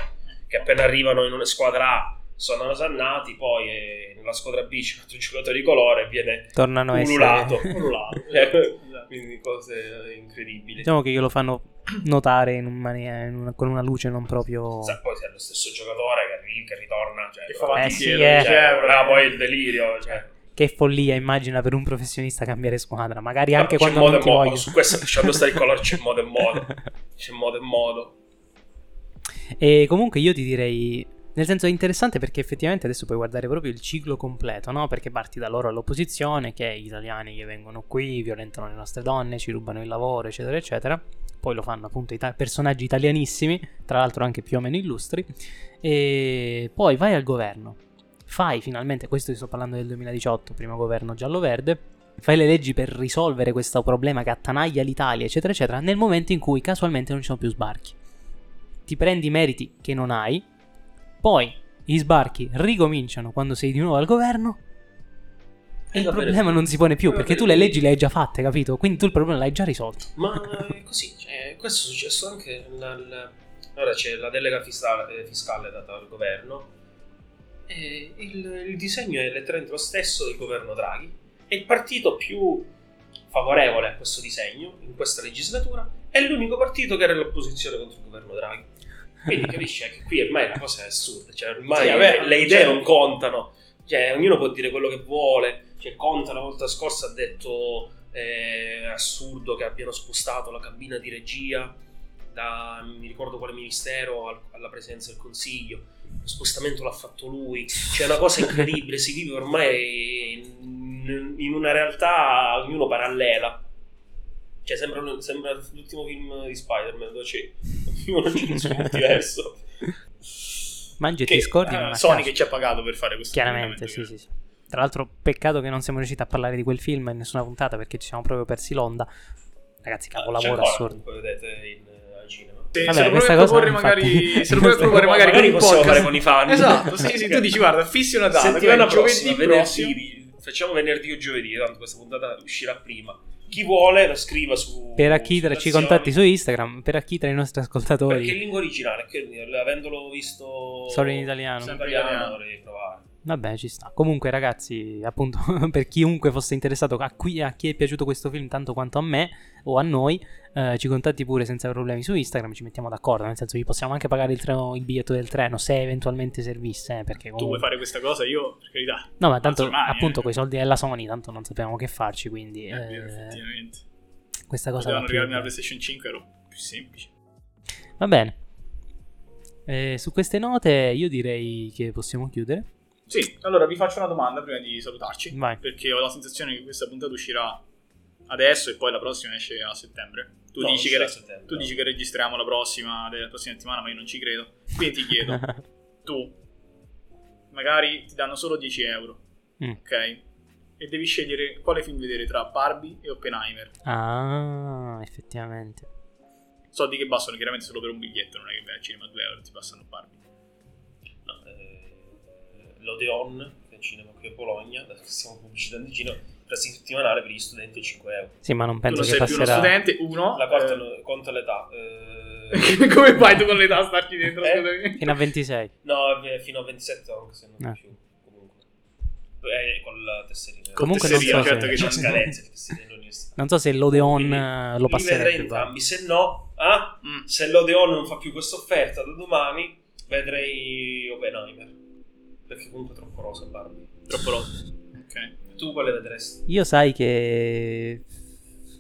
S3: che appena arrivano in una squadra A sono osannati, poi eh, nella squadra B c'è un altro giocatore di colore e viene
S1: Tornano a
S3: ululato,
S1: essere...
S2: [laughs]
S3: ululato. Cioè,
S2: Esatto, esatto.
S3: quindi cose incredibili.
S1: [laughs] Diciamo che glielo fanno notare in un mania- in una- con una luce non proprio...
S3: Sa, poi se è lo stesso giocatore che, arri- che ritorna, cioè,
S2: Che fa
S3: proprio-
S1: Eh,
S2: avanti
S1: sì, eh.
S2: indietro, dice, eh,
S3: ah, poi il delirio. Cioè.
S1: Che follia, immagina, per un professionista cambiare squadra. Magari anche
S3: C'è
S1: quando
S3: modo
S1: non
S3: e
S1: ti
S3: modo,
S1: vogliono.
S3: Su questo lasciando stare il colore c'è modo e modo.
S1: [laughs]
S3: C'è modo e modo.
S1: E comunque io ti direi. Nel senso è interessante perché effettivamente adesso puoi guardare proprio il ciclo completo, no? Perché parti da loro all'opposizione, che gli italiani che vengono qui, violentano le nostre donne, ci rubano il lavoro, eccetera, eccetera. Poi lo fanno appunto i personaggi italianissimi, tra l'altro anche più o meno illustri. E poi vai al governo, fai finalmente, questo ti sto parlando del 2018, primo governo giallo-verde, fai le leggi per risolvere questo problema che attanaglia l'Italia, eccetera, eccetera, nel momento in cui casualmente non ci sono più sbarchi ti prendi i meriti che non hai, poi gli sbarchi ricominciano quando sei di nuovo al governo e
S3: Eh,
S1: il
S3: va bene.
S1: problema non si pone più
S3: Eh,
S1: perché
S3: va
S1: tu le
S3: bene.
S1: leggi le hai già fatte, capito? Quindi tu il problema l'hai già risolto.
S3: Ma è così, cioè, questo è successo anche nel... Ora c'è la delega fiscale, eh, fiscale data dal governo e Eh, il, il disegno è letteralmente lo stesso del governo Draghi e il partito più favorevole a questo disegno in questa legislatura è l'unico partito che era all'opposizione contro il governo Draghi. Quindi capisci che qui ormai la cosa è assurda, cioè ormai
S2: Sì, vabbè,
S3: le idee
S2: cioè-
S3: non contano, cioè ognuno può dire quello che vuole, cioè Conte la volta scorsa ha detto eh, assurdo che abbiano spostato la cabina di regia da non mi ricordo quale ministero al- alla presidenza del consiglio, lo spostamento l'ha fatto lui, cioè è una cosa incredibile, si vive ormai in, in una realtà ognuno parallela. Cioè, sembra, un- sembra l'ultimo film di Spider-Man dove c'è ognuno c'è un suo multiverso.
S1: Mangi e
S2: Che,
S1: ti scordi.
S2: eh,
S1: non a
S2: Sony
S1: caso.
S2: che ci ha pagato per fare questo eh.
S1: Chiaramente, sì, sì, sì. Tra l'altro, peccato che non siamo riusciti a parlare di quel film in nessuna puntata perché ci siamo proprio persi l'onda. Ragazzi,
S3: Ah, C'è
S1: capolavoro
S3: ancora,
S1: assurdo.
S3: comunque, vedete in, eh, al cinema.
S2: Se,
S1: Vabbè,
S2: se lo provi
S1: questa
S2: a
S1: cosa,
S2: proporre
S1: infatti-
S2: magari, se lo provi a proporre
S3: Esatto. Magari,
S2: magari, con il
S3: possiamo
S2: podcast,
S3: fare con i fan.
S2: Esatto, sì, sì, tu dici guarda, fissi una data,
S3: Settimana
S2: quella
S3: prossima,
S2: giovedì
S3: venerdì,
S2: prossimo.
S3: di- facciamo venerdì o giovedì, tanto questa puntata uscirà prima. Chi vuole lo scriva su
S1: Per Achitra
S3: su
S1: ci
S3: Nazioni,
S1: contatti su Instagram, per Achitra i nostri ascoltatori.
S3: Perché è in lingua originale, quindi avendolo visto
S1: Solo in italiano.
S3: in italiano dovrei provare.
S1: Vabbè, ci sta. Comunque, ragazzi, appunto, [laughs] per chiunque fosse interessato a, qui- a chi è piaciuto questo film tanto quanto a me o a noi, eh, ci contatti pure senza problemi su Instagram, ci mettiamo d'accordo. Nel senso, vi possiamo anche pagare il, treno- il biglietto del treno se eventualmente servisse. eh, perché
S2: Tu vuoi
S1: comunque...
S2: fare questa cosa? Io, per carità,
S1: No, ma tanto
S2: Alzo mani,
S1: appunto
S2: eh.
S1: quei soldi della Sony, tanto non sapevamo che farci, quindi
S2: eh,
S1: eh,
S2: effettivamente.
S1: questa cosa va
S2: Potevano
S1: più-
S2: regalarmi la PlayStation 5, ero più semplice.
S1: Va bene. Eh, su queste note io direi che possiamo chiudere.
S2: Sì, allora vi faccio una domanda prima di salutarci.
S1: Vai.
S2: Perché ho la sensazione che questa puntata uscirà adesso e poi la prossima esce a settembre. Tu,
S3: No,
S2: dici,
S3: non uscirà
S2: che
S3: a
S2: re-
S3: settembre.
S2: tu dici che registriamo la prossima della prossima settimana, ma io non ci credo. Quindi
S1: [laughs]
S2: ti chiedo, tu magari ti danno solo 10 euro,
S1: Mm.
S2: ok? E devi scegliere quale film vedere tra Barbie e Oppenheimer.
S1: ah, effettivamente.
S2: Soldi che bastano chiaramente solo per un biglietto, non è che vai al cinema a 2 euro e ti passano Barbie.
S3: No, eh, L'Odeon, che è il cinema qui a Bologna, adesso stiamo pubblicitando in giro, prezzi settimanale per gli studenti è 5 euro.
S1: Sì, ma non penso
S2: tu non
S1: che
S2: sei più uno
S1: passerà.
S2: studente, uno...
S3: La quarta
S2: eh,
S3: no- conta l'età.
S2: [laughs]
S3: eh,
S2: Come fai tu con l'età a starci dentro?
S3: Eh?
S2: Scusami.
S1: Fino a 26.
S3: No, eh, fino a 27 anche se non
S1: Eh.
S3: più. Comunque. Eh, con la tesserina.
S1: Comunque
S2: non
S3: tesserina,
S2: so se-
S3: certo che c'è scadenza, il tesserino dell'università.
S1: Non so se l'Odeon
S3: Quindi,
S1: eh, lo
S3: Li vedrei
S1: passerebbe.
S3: entrambi, se no, ah,
S2: Mm.
S3: se l'Odeon non fa più questa offerta da domani, vedrei Oppenheimer. Perché comunque è troppo rosa Barbie.
S2: Troppo rosa. Ok.
S3: Tu quale vedresti?
S1: Io sai che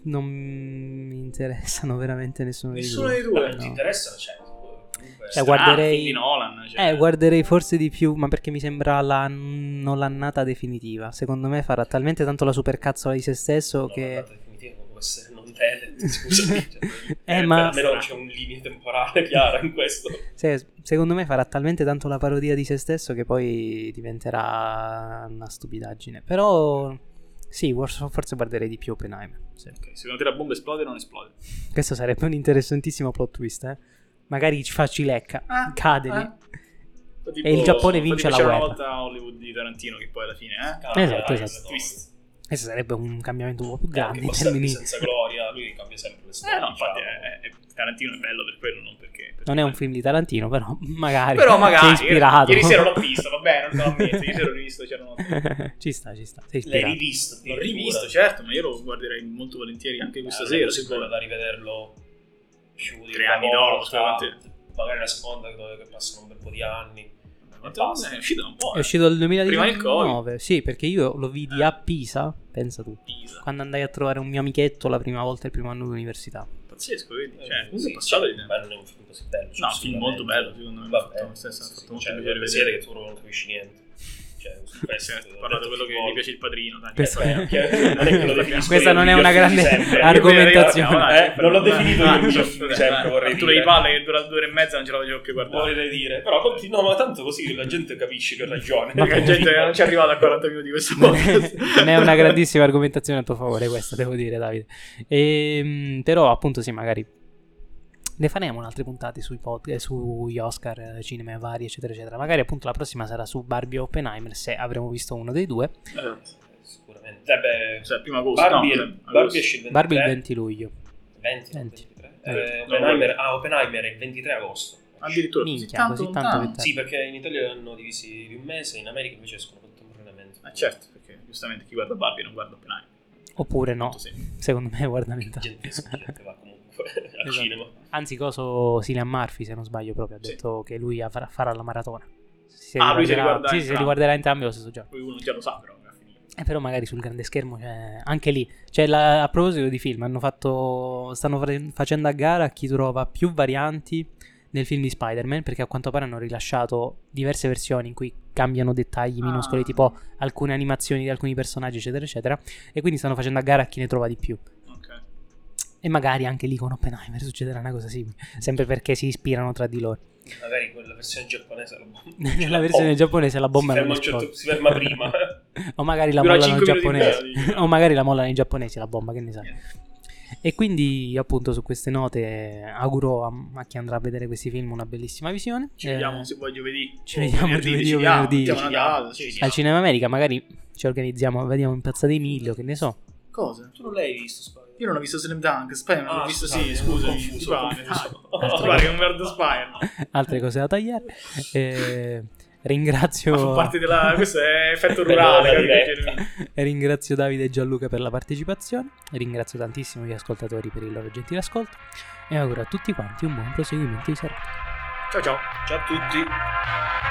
S1: non mi interessano veramente nessuno,
S2: Nessuno
S1: dei
S2: dei
S1: due.
S2: due.
S3: Vabbè, ti
S1: no.
S3: interessa? Cioè, comunque,
S1: Cioè, guarderei-
S2: film di Nolan. Cioè.
S1: Eh, guarderei forse di più, ma perché mi sembra la non l'annata definitiva. Secondo me farà talmente tanto la supercazzola di se stesso
S3: no,
S1: che...
S3: la data definitiva può essere non Tenet, [laughs] scusami. Cioè,
S1: Eh, ma-
S3: Almeno c'è un linea temporale chiara in questo.
S1: Se- secondo me farà talmente tanto la parodia di se stesso che poi diventerà una stupidaggine. Però sì, forse forse guarderei di più Oppenheimer. sì.
S2: Ok, Secondo te la bomba esplode o non esplode?
S1: Questo sarebbe un interessantissimo plot twist, eh. Magari ci facci lecca,
S2: Ah,
S1: cade lì.
S2: ah.
S1: E il Giappone vince la
S2: C'era una
S1: guerra.
S2: volta a Hollywood di Tarantino che poi alla fine, eh?
S1: Esatto,
S3: Cambia,
S1: esatto.
S3: esatto.
S2: Twist.
S1: Questo sarebbe un cambiamento un po' più grande
S3: Anche
S1: in
S3: Bastardi
S1: termini-
S3: senza gloria, lui cambia sempre le storie.
S2: Eh, no,
S3: diciamo.
S2: infatti è- è- è- Tarantino è bello per quello, non perché... perché-
S1: Non è un film di Tarantino, però [laughs] magari.
S2: Però
S1: Ci
S2: magari...
S1: è ispirato.
S2: Ieri sera l'ho visto, va bene, non te lo ammetto. Ieri sera l'ho visto, c'era una...
S1: [laughs] ci sta, ci sta. Sei
S3: L'hai
S1: ispirato.
S3: rivisto?
S2: L'ho
S3: addirittura.
S2: rivisto, certo, ma io lo guarderei molto volentieri anche questa
S3: Eh,
S2: sera,
S3: si
S2: sicuro.
S3: può da rivederlo più di
S2: Tre
S3: una
S2: anni dopo,
S3: volta,
S2: quante-
S3: magari la seconda che dove- che passano un bel po' di anni. E
S2: Madonna,
S3: basta.
S2: È uscito da un po'.
S1: È uscito nel
S2: Prima del Covid.
S1: 2019. Sì, perché io lo vidi a Pisa, pensa tu.
S2: Pisa.
S1: Quando andai a trovare un mio amichetto la prima volta il primo anno d'università.
S2: Pazzesco, vedi?
S3: Eh,
S2: Cioè,
S3: sì,
S2: comunque è passato di
S3: sì,
S2: tempo.
S3: ma non è un film così bello.
S2: No, un film molto bello, secondo me.
S3: Vabbè,
S2: Fatto- nel senso, ha
S3: sì,
S2: fatto molto
S3: cioè,
S2: piacere
S3: il pensiero
S2: vedere.
S3: che tu non capisci niente. Cioè, su questo,
S2: Sì,
S3: ho
S2: Parlate
S3: detto
S2: quello che
S3: più
S2: mi
S3: volte.
S2: piace il padrino. dai,
S1: Questo-
S2: che parliamo.
S3: non è che lo definisco
S1: Questa
S3: io
S1: non
S3: il
S1: è una
S3: miglior film
S1: grande
S3: di sempre.
S1: argomentazione.
S3: Eh, non l'ho definito io il miglior film di sempre, vorrei
S2: Tu
S3: dire.
S2: le palle che dura due ore e mezza non ce la facevo più guardare.
S3: Vorrei dire, però continu- no, ma tanto così la gente capisce che ho ragione.
S1: Ma
S2: Perché la gente
S3: [laughs]
S2: non ci Cioè, è arrivata a 40 minuti di questo podcast.
S1: non è una grandissima argomentazione a tuo favore, questa devo dire, Davide. Ehm, però, appunto, sì, magari ne faremo un'altra puntata sui pod- eh, sugli Oscar, eh, cinema vari, eccetera, eccetera. Magari, appunto, la prossima sarà su Barbie e Oppenheimer. Se avremo visto uno dei due,
S2: Eh,
S3: Sicuramente. Eh beh,
S2: Cioè, prima agosto.
S3: Barbie,
S2: no,
S3: Barbie
S2: agosto.
S3: esce il eh? 23.
S1: Barbie il 20 luglio.
S3: 20,
S1: 20.
S3: 23.
S2: Eh,
S3: Eh,
S2: no,
S3: Oppenheimer,
S2: no.
S3: ah, Oppenheimer è il 23 agosto.
S2: Addirittura
S1: Minchia,
S2: così tanto,
S1: così tanto
S2: lontano.
S1: che-
S3: Sì, perché in Italia l'hanno divisi di un mese, in America invece escono contemporaneamente.
S2: Ah, certo, perché giustamente chi guarda Barbie non guarda Oppenheimer.
S1: Oppure no,
S2: Molto semplice.
S1: secondo me, [laughs] guarda l'età.
S3: Gente, gente va comunque [laughs] al
S1: Esatto.
S3: cinema.
S1: Anzi, coso Cillian Murphy, se non sbaglio, proprio ha
S2: Sì.
S1: detto che lui avrà- farà la maratona. Se
S2: Ah, lui se li
S1: riguarderà- sì,
S2: guarda
S1: se
S2: entrambi.
S1: li guarderà entrambi lo stesso giorno.
S2: Poi uno già lo sa, però. alla fine.
S1: Eh, però magari sul grande schermo, cioè, anche lì, cioè, la- a proposito di film, hanno fatto, stanno fare- facendo a gara chi trova più varianti nel film di Spider-Man, perché a quanto pare hanno rilasciato diverse versioni in cui cambiano dettagli minuscoli,
S2: Ah.
S1: tipo alcune animazioni di alcuni personaggi, eccetera, eccetera, e quindi stanno facendo a gara a chi ne trova di più.
S2: Ok.
S1: E magari anche lì con Oppenheimer succederà una cosa
S3: [laughs]
S1: simile, sempre perché si ispirano tra di loro.
S3: Magari quella versione giapponese la bomba.
S1: [laughs]
S3: Oh,
S1: Nella versione giapponese la bomba
S3: si
S1: non
S3: ferma, un certo-
S1: esplode.
S3: si
S1: [laughs]
S3: ferma prima.
S1: o magari la
S2: Dura
S1: mollano i
S2: cinque minuti in
S1: giapponesi.
S2: più,
S1: [coughs]
S2: dici.
S1: o magari la mollano i giapponesi la bomba, che ne sai.
S2: Eh.
S1: E quindi, appunto, su queste note auguro a, a chi andrà a vedere questi film una bellissima visione.
S2: Ci
S1: Eh,
S2: vediamo se vuoi giovedì.
S1: ci vediamo giovedì o venerdì.
S2: Mettiamo
S3: Ci
S2: una
S3: vediamo,
S2: data,
S3: ci
S2: sì, sì.
S1: al Cinema America, magari ci organizziamo, vediamo in Piazza dei Miglio, che ne so.
S2: Cosa?
S3: tu non l'hai visto Spider-Man?
S2: Io non ho visto Slam Dunk, Spider non l'ho visto,
S3: scusate,
S2: sì,
S3: ero
S2: Ah, [laughs] scusami,
S3: confuso,
S2: ti pare?
S3: confuso.
S2: Ah, [laughs] ti pare che non guardo Spider?
S1: Altre cose da tagliare. Eh,
S2: Ma fa
S1: ringrazio,
S2: parte della... questo è effetto
S3: Bella
S2: rurale,
S3: la
S2: capito?
S3: diretta.
S2: Cioè,
S1: [laughs] ringrazio Davide e Gianluca per la partecipazione. Ringrazio tantissimo gli ascoltatori per il loro gentile ascolto. E auguro a tutti quanti un buon proseguimento di serata.
S2: Ciao ciao.
S3: Ciao a tutti.